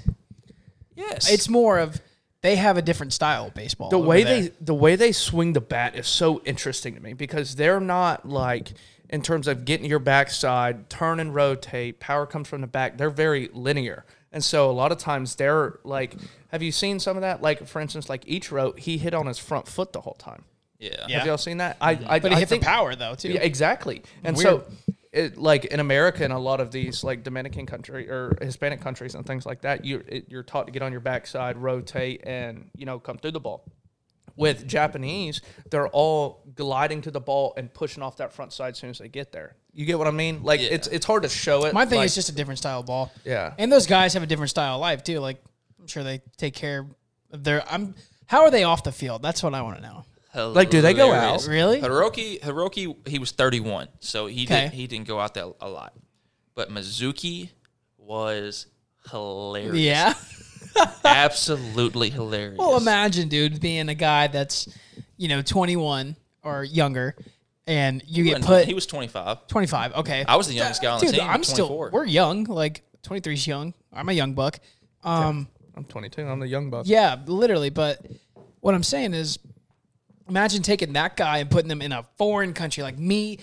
Speaker 1: yes.
Speaker 3: it's more of they have a different style of baseball.
Speaker 4: the
Speaker 3: over
Speaker 4: way
Speaker 3: there.
Speaker 4: they the way they swing the bat is so interesting to me because they're not like in terms of getting your backside, turn and rotate, power comes from the back. They're very linear. And so a lot of times they're like have you seen some of that? Like for instance, like Ichiro, he hit on his front foot the whole time.
Speaker 1: yeah.
Speaker 3: Yeah.
Speaker 4: Have y'all seen that? I I,
Speaker 3: but it
Speaker 4: I
Speaker 3: hit
Speaker 4: think
Speaker 3: the power though too.
Speaker 4: yeah, exactly. And so, it, like in America and a lot of these like Dominican country or Hispanic countries and things like that, you it, you're taught to get on your backside, rotate, and you know come through the ball. With Japanese, they're all gliding to the ball and pushing off that front side as soon as they get there. You get what I mean? Like it's it's hard to show it.
Speaker 3: My thing
Speaker 4: like-
Speaker 3: is just a different style of ball.
Speaker 4: Yeah.
Speaker 3: And those guys have a different style of life too. Like I'm sure they take care of their I'm how are they off the field? That's what I want to know.
Speaker 4: Like, do they go
Speaker 1: Hilarious.
Speaker 4: out?
Speaker 3: Really?
Speaker 1: Hiroki, Hiroki, he was 31, so he did,
Speaker 3: Okay.
Speaker 1: he didn't go out that a lot. But Mizuki was hilarious.
Speaker 3: Yeah.
Speaker 1: absolutely hilarious.
Speaker 3: Well, imagine, dude, being a guy that's, you know, 21 or younger and you get
Speaker 1: And
Speaker 3: put
Speaker 1: he was 25.
Speaker 3: 25. Okay.
Speaker 1: I was the youngest guy on the
Speaker 3: Dude,
Speaker 1: team.
Speaker 3: I'm still
Speaker 1: 24.
Speaker 3: we're young. Like 23's young. I'm a young buck. Um
Speaker 4: I'm 22. I'm the young buck.
Speaker 3: Yeah, literally. But what I'm saying is, imagine taking that guy and putting him in a foreign country like me.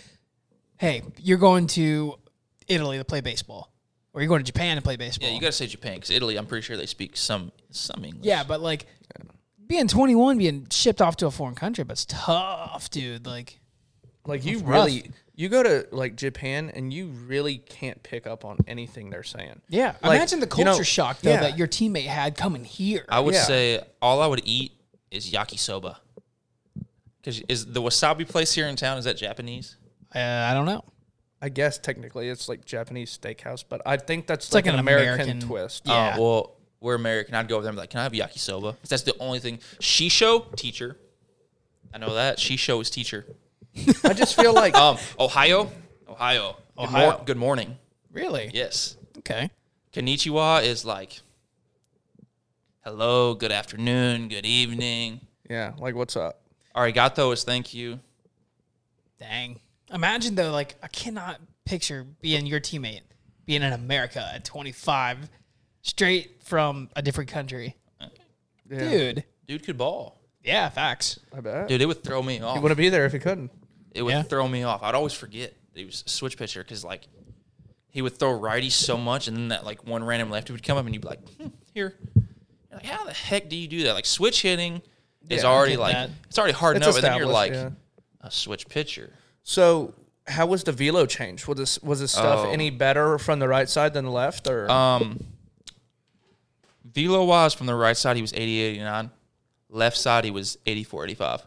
Speaker 3: Hey, you're going to Italy to play baseball, or you're going to Japan to play baseball.
Speaker 1: Yeah, you got to say Japan because Italy, I'm pretty sure they speak some some English.
Speaker 3: Yeah, but like being 21, being shipped off to a foreign country, but it's tough, dude. Like,
Speaker 4: Like you
Speaker 3: rough.
Speaker 4: really, you go to like Japan and you really can't pick up on anything they're saying.
Speaker 3: yeah,
Speaker 4: Like,
Speaker 3: imagine the
Speaker 4: you
Speaker 3: culture
Speaker 4: know-
Speaker 3: shock though
Speaker 4: yeah.
Speaker 3: that your teammate had coming here.
Speaker 1: I would
Speaker 4: Yeah.
Speaker 1: say all I would eat is yakisoba. Because is the wasabi place here in town is that Japanese?
Speaker 3: Uh, I don't know.
Speaker 4: I guess technically it's like Japanese steakhouse, but I think that's
Speaker 3: like
Speaker 4: like,
Speaker 3: an
Speaker 4: an American,
Speaker 3: American-
Speaker 4: twist.
Speaker 1: Oh,
Speaker 3: Yeah.
Speaker 1: well, we're American. I'd go over there and be like, "Can I have yakisoba?" 'Cause That's the only thing. Shisho teacher. I know that shisho is teacher.
Speaker 4: I just feel like
Speaker 1: Um, Ohio, Ohio, Good, mor-
Speaker 3: Ohio.
Speaker 1: good morning.
Speaker 3: Really?
Speaker 1: Yes,
Speaker 3: Okay.
Speaker 1: konnichiwa is like, hello, good afternoon, good evening.
Speaker 4: yeah, like what's up?
Speaker 1: Arigato is thank you.
Speaker 3: Dang. Imagine though, like I cannot picture being your teammate, being in America at 25, straight from a different country,
Speaker 4: Yeah,
Speaker 3: dude.
Speaker 1: Dude could ball.
Speaker 3: Yeah, facts.
Speaker 4: I bet.
Speaker 1: Dude, it would throw me off.
Speaker 4: He wouldn't be there if he couldn't.
Speaker 1: It would
Speaker 3: Yeah.
Speaker 1: throw me off. I'd always forget that he was a switch pitcher because like he would throw righty so much, and then that like one random lefty would come up, and you'd be like, hmm, "Here, You're like how the heck do you do that?" Like switch hitting is
Speaker 4: Yeah, I
Speaker 1: already
Speaker 3: get
Speaker 1: like
Speaker 3: that.
Speaker 1: it's already hard
Speaker 4: It's
Speaker 1: enough, and then you're like
Speaker 4: established,
Speaker 1: a switch pitcher.
Speaker 4: So how was the velo change? Was this was this stuff
Speaker 1: Oh.
Speaker 4: any better from the right side than the left? Or
Speaker 1: Um, velo wise from the right side, he was 80, 89. Left side, he was 84, 85.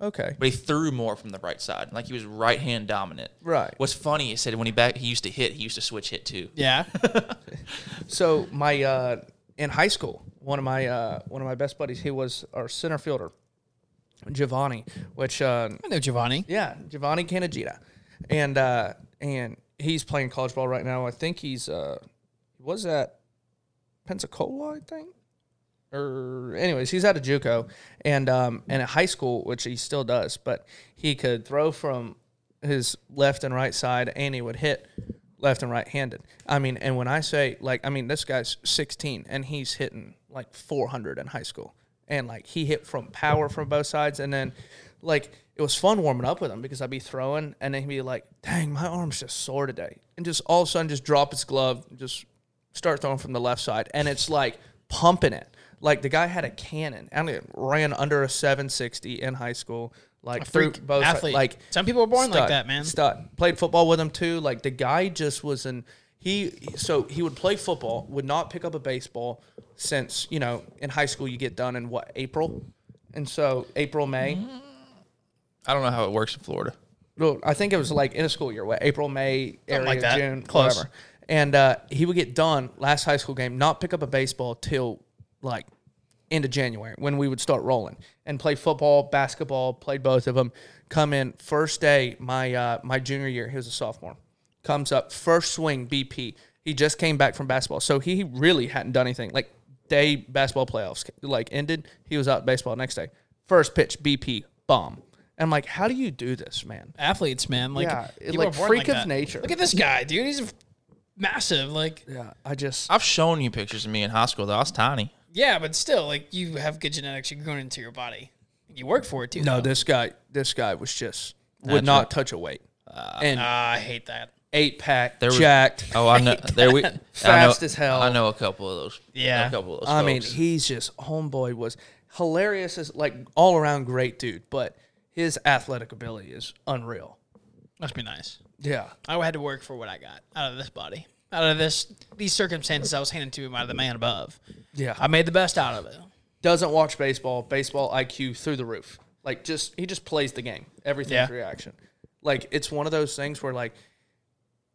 Speaker 4: okay,
Speaker 1: But he threw more from the right side. Like he was right hand dominant.
Speaker 4: Right.
Speaker 1: What's funny, he said when he back he used to hit, he used to switch hit too.
Speaker 3: Yeah.
Speaker 4: so my uh, in high school, one of my uh, one of my best buddies, he was our center fielder, Giovanni, which uh,
Speaker 3: I know Giovanni.
Speaker 4: Yeah, Giovanni Canagita. And uh and he's playing college ball right now. I think he's uh was at Pensacola, I think. Or anyways, he's out of JUCO and um and at high school, which he still does, but he could throw from his left and right side and he would hit left and right handed. I mean, and when I say like I mean this guy's 16 and he's hitting like 400 in high school. And like he hit from power from both sides and then like it was fun warming up with him because I'd be throwing and then he'd be like, "Dang, my arm's just sore today," and just all of a sudden just drop his glove, and just start throwing from the left side, and it's like pumping it. Like the guy had a cannon and it ran under a 760 in high school. Like through
Speaker 3: freak
Speaker 4: both sides.
Speaker 3: athlete.
Speaker 4: like
Speaker 3: Some people are born like
Speaker 4: stud,
Speaker 3: that, man.
Speaker 4: Stud played football with him too. Like the guy just was an he. So he would play football, would not pick up a baseball since you know in high school you get done in what April, and so April May.
Speaker 1: I don't know how it works in Florida.
Speaker 4: Well, I think it was like in a school year, what April, May, area,
Speaker 3: like that.
Speaker 4: June,
Speaker 3: Close.
Speaker 4: whatever. And uh, he would get done last high school game, not pick up a baseball till like end of January when we would start rolling and play football, basketball, played both of them. Come in first day, my uh, my junior year, he was a sophomore. Comes up first swing, BP. He just came back from basketball, so he really hadn't done anything. Like day basketball playoffs like ended, he was out baseball next day. First pitch, BP, bomb. And I'm like, how do you do this, man?
Speaker 3: Athletes, man. Like,
Speaker 4: Yeah, it-
Speaker 3: people are
Speaker 4: like
Speaker 3: born
Speaker 4: freak of
Speaker 3: that.
Speaker 4: nature.
Speaker 3: Look at this guy, dude. He's massive. Like,
Speaker 4: Yeah, I just
Speaker 1: I've shown you pictures of me in high school though. I was tiny.
Speaker 3: yeah, but still, like, you have good genetics. You're going into your body. You work for it too.
Speaker 4: no.
Speaker 3: though.
Speaker 4: This guy, this guy was just would not touch a weight and
Speaker 3: Ah, I hate that.
Speaker 4: eight pack
Speaker 1: Uh, was-
Speaker 4: jacked.
Speaker 1: Oh, I know. There we
Speaker 4: Fast
Speaker 1: I know,
Speaker 4: as hell.
Speaker 1: I know a couple of those.
Speaker 3: Yeah.
Speaker 1: a couple of those.
Speaker 4: I mean,
Speaker 1: folks.
Speaker 4: he's just homeboy was hilarious as like all around great dude, but his athletic ability is unreal.
Speaker 3: Must be nice.
Speaker 4: Yeah,
Speaker 3: I had to work for what I got out of this body, out of this these circumstances I was handed to me by the man above.
Speaker 4: yeah.
Speaker 3: I made the best out of it.
Speaker 4: doesn't watch baseball. Baseball IQ through the roof. Like just he just plays the game. Everything's
Speaker 3: Yeah.
Speaker 4: reaction. Like it's one of those things where like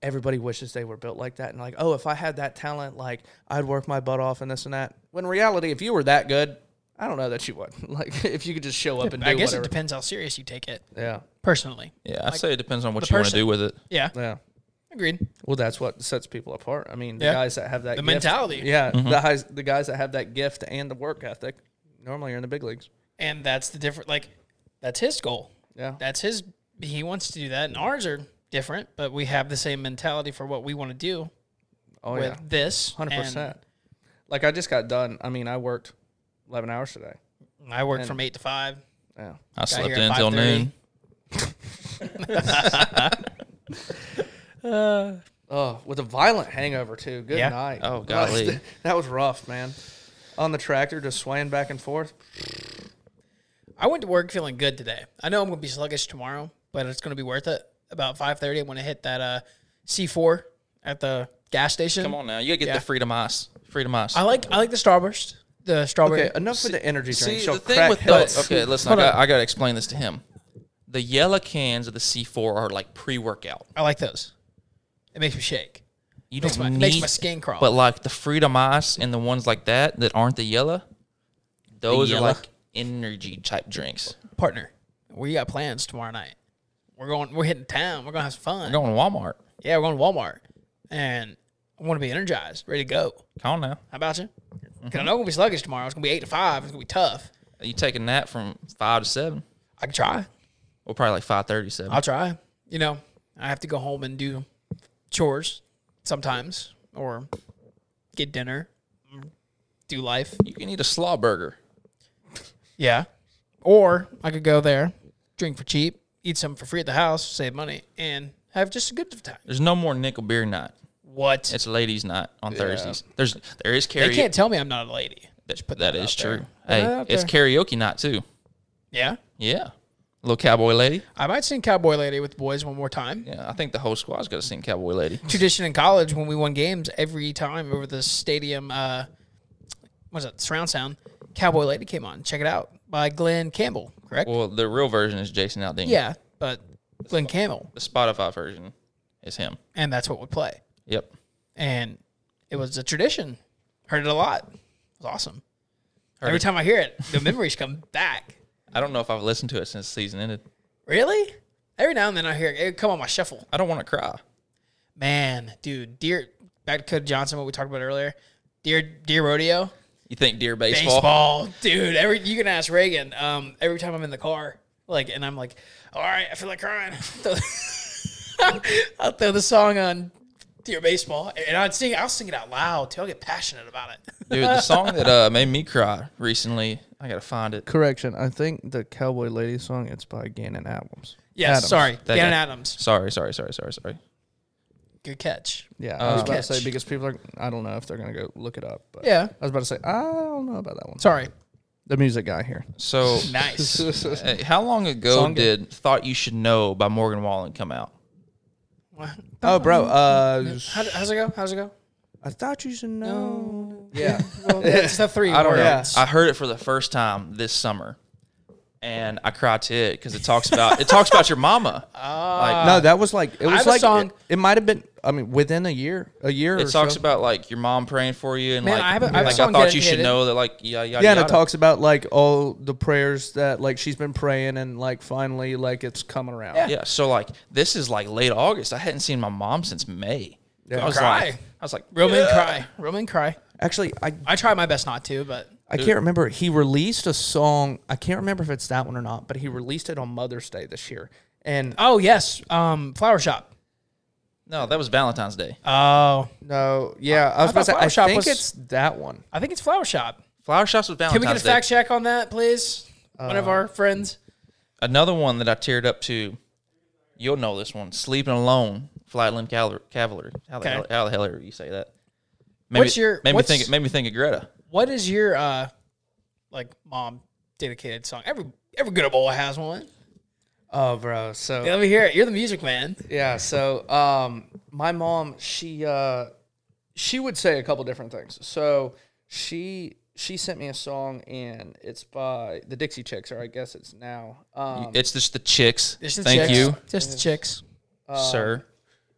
Speaker 4: everybody wishes they were built like that and like, oh, if I had that talent, like I'd work my butt off and this and that. When in reality, if you were that good, I don't know that you would. Like if you could just show up and do
Speaker 3: I guess
Speaker 4: whatever.
Speaker 3: it depends how serious you take it
Speaker 4: yeah.
Speaker 3: personally.
Speaker 1: yeah, I say it depends on what
Speaker 3: the
Speaker 1: you want to
Speaker 3: person.
Speaker 1: do with it.
Speaker 3: Yeah,
Speaker 4: Yeah.
Speaker 3: agreed.
Speaker 4: Well, that's what sets people apart. I mean, the
Speaker 3: Yeah.
Speaker 4: guys that have that
Speaker 3: The
Speaker 4: gift-
Speaker 3: mentality. Mm-hmm.
Speaker 4: Yeah, the guys the guys that have that gift and the work ethic normally are in the big leagues.
Speaker 3: And that's the different. Like, that's his goal.
Speaker 4: Yeah.
Speaker 3: That's his. He wants to do that, and ours are different, but we have the same mentality for what we want to do
Speaker 4: Oh
Speaker 3: with
Speaker 4: yeah.
Speaker 3: this. and-
Speaker 4: Hundred percent. Like I just got done. I mean, I worked eleven hours today.
Speaker 3: I work from eight to five.
Speaker 4: Yeah.
Speaker 1: I slept
Speaker 3: here
Speaker 1: in
Speaker 3: at
Speaker 1: until
Speaker 3: 5:30.
Speaker 1: noon.
Speaker 4: Oh, with a violent hangover too. Good
Speaker 3: Yeah.
Speaker 4: night.
Speaker 1: Oh, golly.
Speaker 4: that was rough, man. On the tractor, just swaying back and forth.
Speaker 3: I went to work feeling good today. I know I'm going to be sluggish tomorrow, but it's going to be worth it. About 5:30, I'm going to hit that uh, C4 at the gas station.
Speaker 1: Come on now, you gotta get
Speaker 3: Yeah.
Speaker 1: the freedom ice. Freedom ice.
Speaker 3: I like I like the Starburst, the strawberry.
Speaker 4: Okay, enough with the energy drink.
Speaker 1: See
Speaker 4: She'll
Speaker 1: the thing
Speaker 4: crack
Speaker 1: with
Speaker 4: heads.
Speaker 1: those. Okay, listen. I got, I got to explain this to him. The yellow cans of the C4 are like pre-workout.
Speaker 3: I like those. It makes me shake.
Speaker 1: You
Speaker 3: Makes
Speaker 1: don't
Speaker 3: my-
Speaker 1: need,
Speaker 3: makes my skin crawl.
Speaker 1: But like the Freedom Ice and the ones like that that aren't the yellow, those
Speaker 3: yellow?
Speaker 1: are like energy type drinks.
Speaker 3: Partner, we got plans tomorrow night. We're going. We're hitting town. We're gonna have some fun.
Speaker 1: We're going to Walmart.
Speaker 3: Yeah, we're going to Walmart, and I want to be energized, ready to go.
Speaker 1: Come on now.
Speaker 3: How about you?
Speaker 1: Mm-hmm.
Speaker 3: 'Cause I know I'm gonna be sluggish tomorrow. It's gonna be eight to five. It's gonna be tough.
Speaker 1: You taking that from five to seven?
Speaker 3: I can try.
Speaker 1: Well, probably like five thirty-seven.
Speaker 3: I'll try. You know, I have to go home and do chores sometimes, or get dinner, do life.
Speaker 1: You can eat a slaw burger.
Speaker 3: Yeah. Or I could go there, drink for cheap, eat some for free at the house, save money, and have just a good time.
Speaker 1: There's no more nickel beer night.
Speaker 3: What?
Speaker 1: It's ladies' night on Thursdays. There's there is
Speaker 3: They
Speaker 1: karaoke.
Speaker 3: can't tell me I'm not a lady.
Speaker 1: That- that is
Speaker 3: there.
Speaker 1: true.
Speaker 3: that
Speaker 1: Hey,
Speaker 3: out
Speaker 1: it's karaoke night too.
Speaker 3: Yeah.
Speaker 1: Yeah. Little cowboy lady.
Speaker 3: I might sing Cowboy Lady with the boys one more time.
Speaker 1: Yeah, I think the whole squad's got to sing cowboy lady.
Speaker 3: Tradition in college when we won games every time over the stadium, uh, what was it, surround sound? Cowboy Lady came on. Check it out by Glenn Campbell, correct?
Speaker 1: Well, the real version is Jason Aldean.
Speaker 3: yeah, but Glenn Campbell.
Speaker 1: The Spotify version is him.
Speaker 3: And that's what we play.
Speaker 1: Yep.
Speaker 3: and it was a tradition. Heard it a lot. It was awesome. Every
Speaker 1: it.
Speaker 3: time I hear it, the memories come back.
Speaker 1: I don't know if I've listened to it since the season ended.
Speaker 3: Really? Every now and then I hear it, it come on my shuffle.
Speaker 1: I don't want to cry.
Speaker 3: Man, dude, dear back to Cody Johnson, what we talked about earlier. Dear dear rodeo.
Speaker 1: You think dear baseball?
Speaker 3: Baseball. Dude, every you can ask Reagan. Um, every time I'm in the car, like and I'm like, all right, I feel like crying. I'll throw the song on Dear Baseball. And I'd sing I'll sing it out loud till I get passionate about it.
Speaker 1: Dude, the song that uh, made me cry recently, I got to find it.
Speaker 4: Correction. I think the Cowboy Lady song. It's by Gannon Adams.
Speaker 3: Yes,
Speaker 4: Adams.
Speaker 3: sorry,
Speaker 1: That
Speaker 3: Gannon
Speaker 1: guy.
Speaker 3: Adams.
Speaker 1: Sorry, sorry, sorry, sorry, sorry.
Speaker 3: Good catch.
Speaker 4: Yeah, I was about to say
Speaker 3: Catch.
Speaker 4: because people are. I don't know if they're gonna go look it up. But
Speaker 3: Yeah.
Speaker 4: I was about to say I don't know about that one.
Speaker 3: Sorry.
Speaker 4: The music guy here.
Speaker 1: So,
Speaker 3: Nice.
Speaker 1: hey, how long ago
Speaker 4: Song
Speaker 1: did Thought You Should Know by Morgan Wallen come out?
Speaker 3: What?
Speaker 4: Oh, bro. Uh,
Speaker 3: How, how's it go? How's it go?
Speaker 4: I thought you should know. Yeah.
Speaker 3: It's the three.
Speaker 1: I don't know.
Speaker 4: Yeah.
Speaker 1: uh, I heard it for the first time this summer, and I cried to it because it talks about it talks about your mama.
Speaker 3: Ah.
Speaker 1: like,
Speaker 4: no, that was like it was
Speaker 3: have a
Speaker 4: like
Speaker 3: song-
Speaker 4: It, it might have been. I mean, within a year, a year.
Speaker 1: It
Speaker 4: or
Speaker 1: talks
Speaker 4: so.
Speaker 1: about like your mom praying for you and
Speaker 3: Man,
Speaker 1: like
Speaker 3: I have a- I have a
Speaker 1: like,
Speaker 3: song
Speaker 1: thought
Speaker 3: get
Speaker 1: you
Speaker 3: it-
Speaker 1: should
Speaker 3: hit it.
Speaker 1: know that like yada yada.
Speaker 4: Yeah, and it
Speaker 1: yada.
Speaker 4: talks about like all the prayers that like she's been praying and like finally like it's coming around.
Speaker 1: Yeah, so like this is like late August. I hadn't seen my mom since May.
Speaker 4: Yeah.
Speaker 1: I was
Speaker 3: Cry.
Speaker 1: like, I was like,
Speaker 3: Real men cry. Real men cry.
Speaker 4: Actually, I
Speaker 3: I try my best not to, but
Speaker 4: I can't remember. He released a song. I can't remember if it's that one or not, but he released it on Mother's Day this year. And
Speaker 3: oh yes, um, flower shop.
Speaker 1: no, that was Valentine's Day.
Speaker 3: Oh,
Speaker 4: no, yeah, I
Speaker 3: thought
Speaker 4: was about to say.
Speaker 3: Flower
Speaker 4: I
Speaker 3: Shop
Speaker 4: think
Speaker 3: was-
Speaker 4: it's that one.
Speaker 3: I think it's flower shop.
Speaker 1: Flower shops was
Speaker 3: Can
Speaker 1: Valentine's
Speaker 3: we get a
Speaker 1: Day.
Speaker 3: fact check on that, please? One
Speaker 4: Uh,
Speaker 3: of our friends.
Speaker 1: Another one that I teared up to. You'll know this one. Sleeping alone, Flatland Caval- Cavalry. How the,
Speaker 3: Okay.
Speaker 1: hell, how the hell are you say that? Made me-
Speaker 3: What's your-
Speaker 1: made
Speaker 3: what's-
Speaker 1: me think? Made me think of Greta.
Speaker 3: What is your uh, like mom dedicated song? Every every good old boy has one.
Speaker 4: Oh, bro. So
Speaker 3: Let me hear it. You're the music man.
Speaker 4: Yeah, so um my mom, she uh she would say a couple different things. So she she sent me a song and it's by the Dixie Chicks, or I guess it's now. Um
Speaker 1: It's just the chicks.
Speaker 3: Just the
Speaker 1: Thank
Speaker 3: chicks. uh,
Speaker 1: you,
Speaker 3: Just the chicks.
Speaker 1: sir.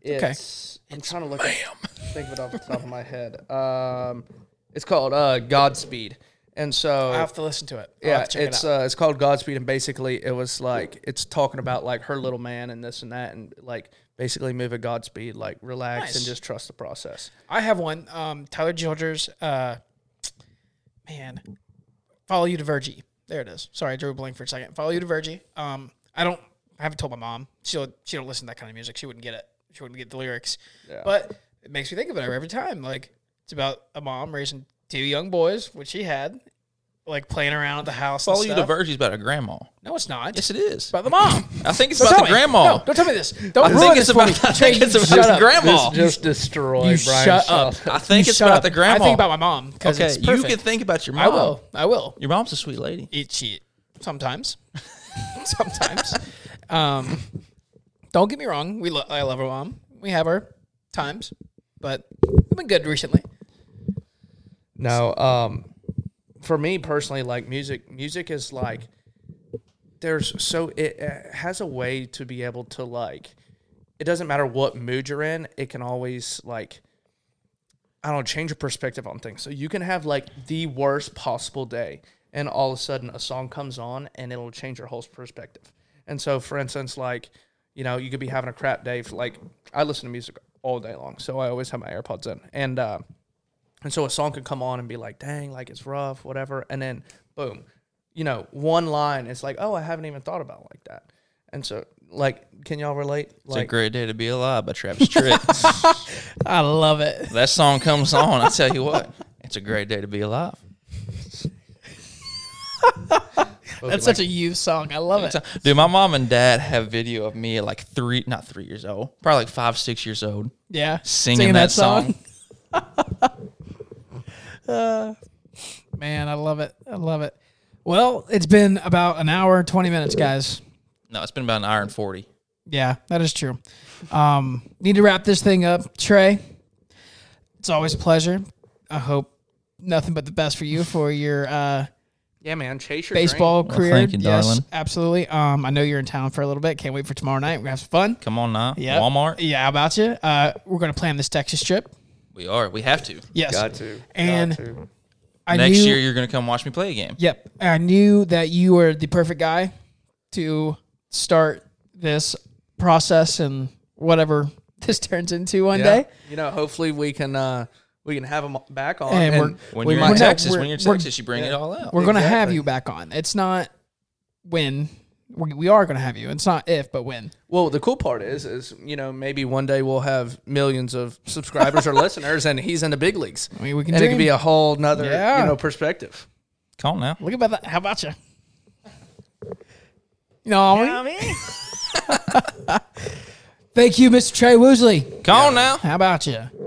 Speaker 4: it's I'm trying to look at, think of it off the top of my head. Um it's called uh Godspeed. And so
Speaker 3: I have to listen to it. I'll
Speaker 4: yeah,
Speaker 3: have to check
Speaker 4: it's
Speaker 3: it out.
Speaker 4: uh, it's called Godspeed, and basically it was like it's talking about like her little man and this and that, and like basically move at Godspeed, like relax
Speaker 3: Nice.
Speaker 4: and just trust the process.
Speaker 3: I have one. Um, Tyler Childers. Uh, man, follow you to Virgie. There it is. Sorry, I drew a blank for a second. Follow you to Virgie. Um, I don't. I haven't told my mom. She'll. She don't listen to that kind of music. She wouldn't get it. She wouldn't get the lyrics. But it makes me think of it every time. Like it's about a mom raising two young boys, which she had, like playing around at the house.
Speaker 1: Follow
Speaker 3: and
Speaker 1: you
Speaker 3: stuff.
Speaker 1: the Virgie's about a grandma.
Speaker 3: No, it's not.
Speaker 1: Yes, it is.
Speaker 3: it's about the mom.
Speaker 1: I think it's
Speaker 3: Don't
Speaker 1: about
Speaker 3: tell
Speaker 1: the
Speaker 3: me.
Speaker 1: grandma.
Speaker 3: No, don't tell me this. Don't
Speaker 1: I
Speaker 3: ruin
Speaker 1: think
Speaker 3: this
Speaker 1: it's
Speaker 3: for
Speaker 1: about.
Speaker 3: me.
Speaker 1: I think
Speaker 3: Jay,
Speaker 1: it's about
Speaker 3: shut
Speaker 1: the
Speaker 3: up.
Speaker 1: grandma.
Speaker 4: Just destroy
Speaker 3: You
Speaker 4: Brian.
Speaker 3: shut up.
Speaker 1: I think
Speaker 3: You
Speaker 1: it's
Speaker 3: shut
Speaker 1: about
Speaker 3: up.
Speaker 1: the grandma.
Speaker 3: I think about my mom. 'cause
Speaker 1: Okay,
Speaker 3: it's
Speaker 1: you
Speaker 3: perfect.
Speaker 1: can think about your mom.
Speaker 3: I will. I will.
Speaker 1: Your mom's a sweet lady.
Speaker 3: eat shit sometimes. sometimes. Um, don't get me wrong. We lo- I love our mom. We have our times, but we've been good recently.
Speaker 4: No, um, for me personally, like music, music is like there's so it, uh has a way to be able to like it doesn't matter what mood you're in, it can always like I don't know, change your perspective on things. So you can have like the worst possible day, and all of a sudden a song comes on and it'll change your whole perspective. And so, for instance, like you know, you could be having a crap day. For, like I listen to music all day long, so I always have my AirPods in, and uh, and so a song could come on and be like, dang, like it's rough, whatever. And then boom, you know, one line, it's like, oh, I haven't even thought about it like that. And so, like, can y'all relate?
Speaker 1: It's a
Speaker 4: Like,
Speaker 1: great day to be alive by Travis Tritt.
Speaker 3: I love it.
Speaker 1: that song comes on. I tell you what, it's a great day to be alive.
Speaker 3: That's such a you song. I love it.
Speaker 1: Dude, my mom and dad have video of me at like three, not three years old, probably like five, six years old,
Speaker 3: Yeah,
Speaker 1: singing, that, song.
Speaker 3: Uh, Man, I love it. I love it. Well, it's been about an hour, twenty minutes, guys.
Speaker 1: No, it's been about an hour and forty.
Speaker 3: Yeah, that is true. Um, need to wrap this thing up, Trey. It's always a pleasure. I hope nothing but the best for you for your uh,
Speaker 4: yeah, man, chase your dream.
Speaker 3: baseball career.
Speaker 1: thank you,
Speaker 3: yes,
Speaker 1: darling.
Speaker 3: absolutely. Um, I know you're in town for a little bit. Can't wait for tomorrow night. We're gonna have some fun.
Speaker 1: Come on now,
Speaker 3: Yep.
Speaker 1: Walmart.
Speaker 3: Yeah, how about you. Uh, we're gonna plan this Texas trip.
Speaker 1: We are. We have to.
Speaker 3: Yes,
Speaker 4: Got to. got
Speaker 3: And
Speaker 4: to.
Speaker 3: I
Speaker 1: Next
Speaker 3: knew,
Speaker 1: year, you're gonna come watch me play a game.
Speaker 3: Yep, I knew that you were the perfect guy to start this process and whatever this turns into one
Speaker 4: Yeah.
Speaker 3: day.
Speaker 4: You know, hopefully we can uh we can have them back on.
Speaker 3: And
Speaker 4: And
Speaker 3: we're-
Speaker 1: Uh, When
Speaker 4: we
Speaker 1: you're
Speaker 4: might
Speaker 1: in
Speaker 3: Well, no,
Speaker 1: Texas,
Speaker 3: we're-
Speaker 1: when you're in
Speaker 3: we're-
Speaker 1: Texas, you bring it all out.
Speaker 3: We're gonna have
Speaker 4: Exactly.
Speaker 3: you back on. It's not when we we are gonna have you. It's not if, but when.
Speaker 4: well, the cool part is, is you know, maybe one day we'll have millions of subscribers or listeners, and he's in the big leagues,
Speaker 3: I mean, we can
Speaker 4: and it
Speaker 3: dream.
Speaker 4: could be a whole nother
Speaker 3: Yeah.
Speaker 4: you know perspective.
Speaker 1: Come on now.
Speaker 3: Look about that. How about you? No, Thank you, Mr. Trey Woosley.
Speaker 1: Come on now.
Speaker 3: How about you?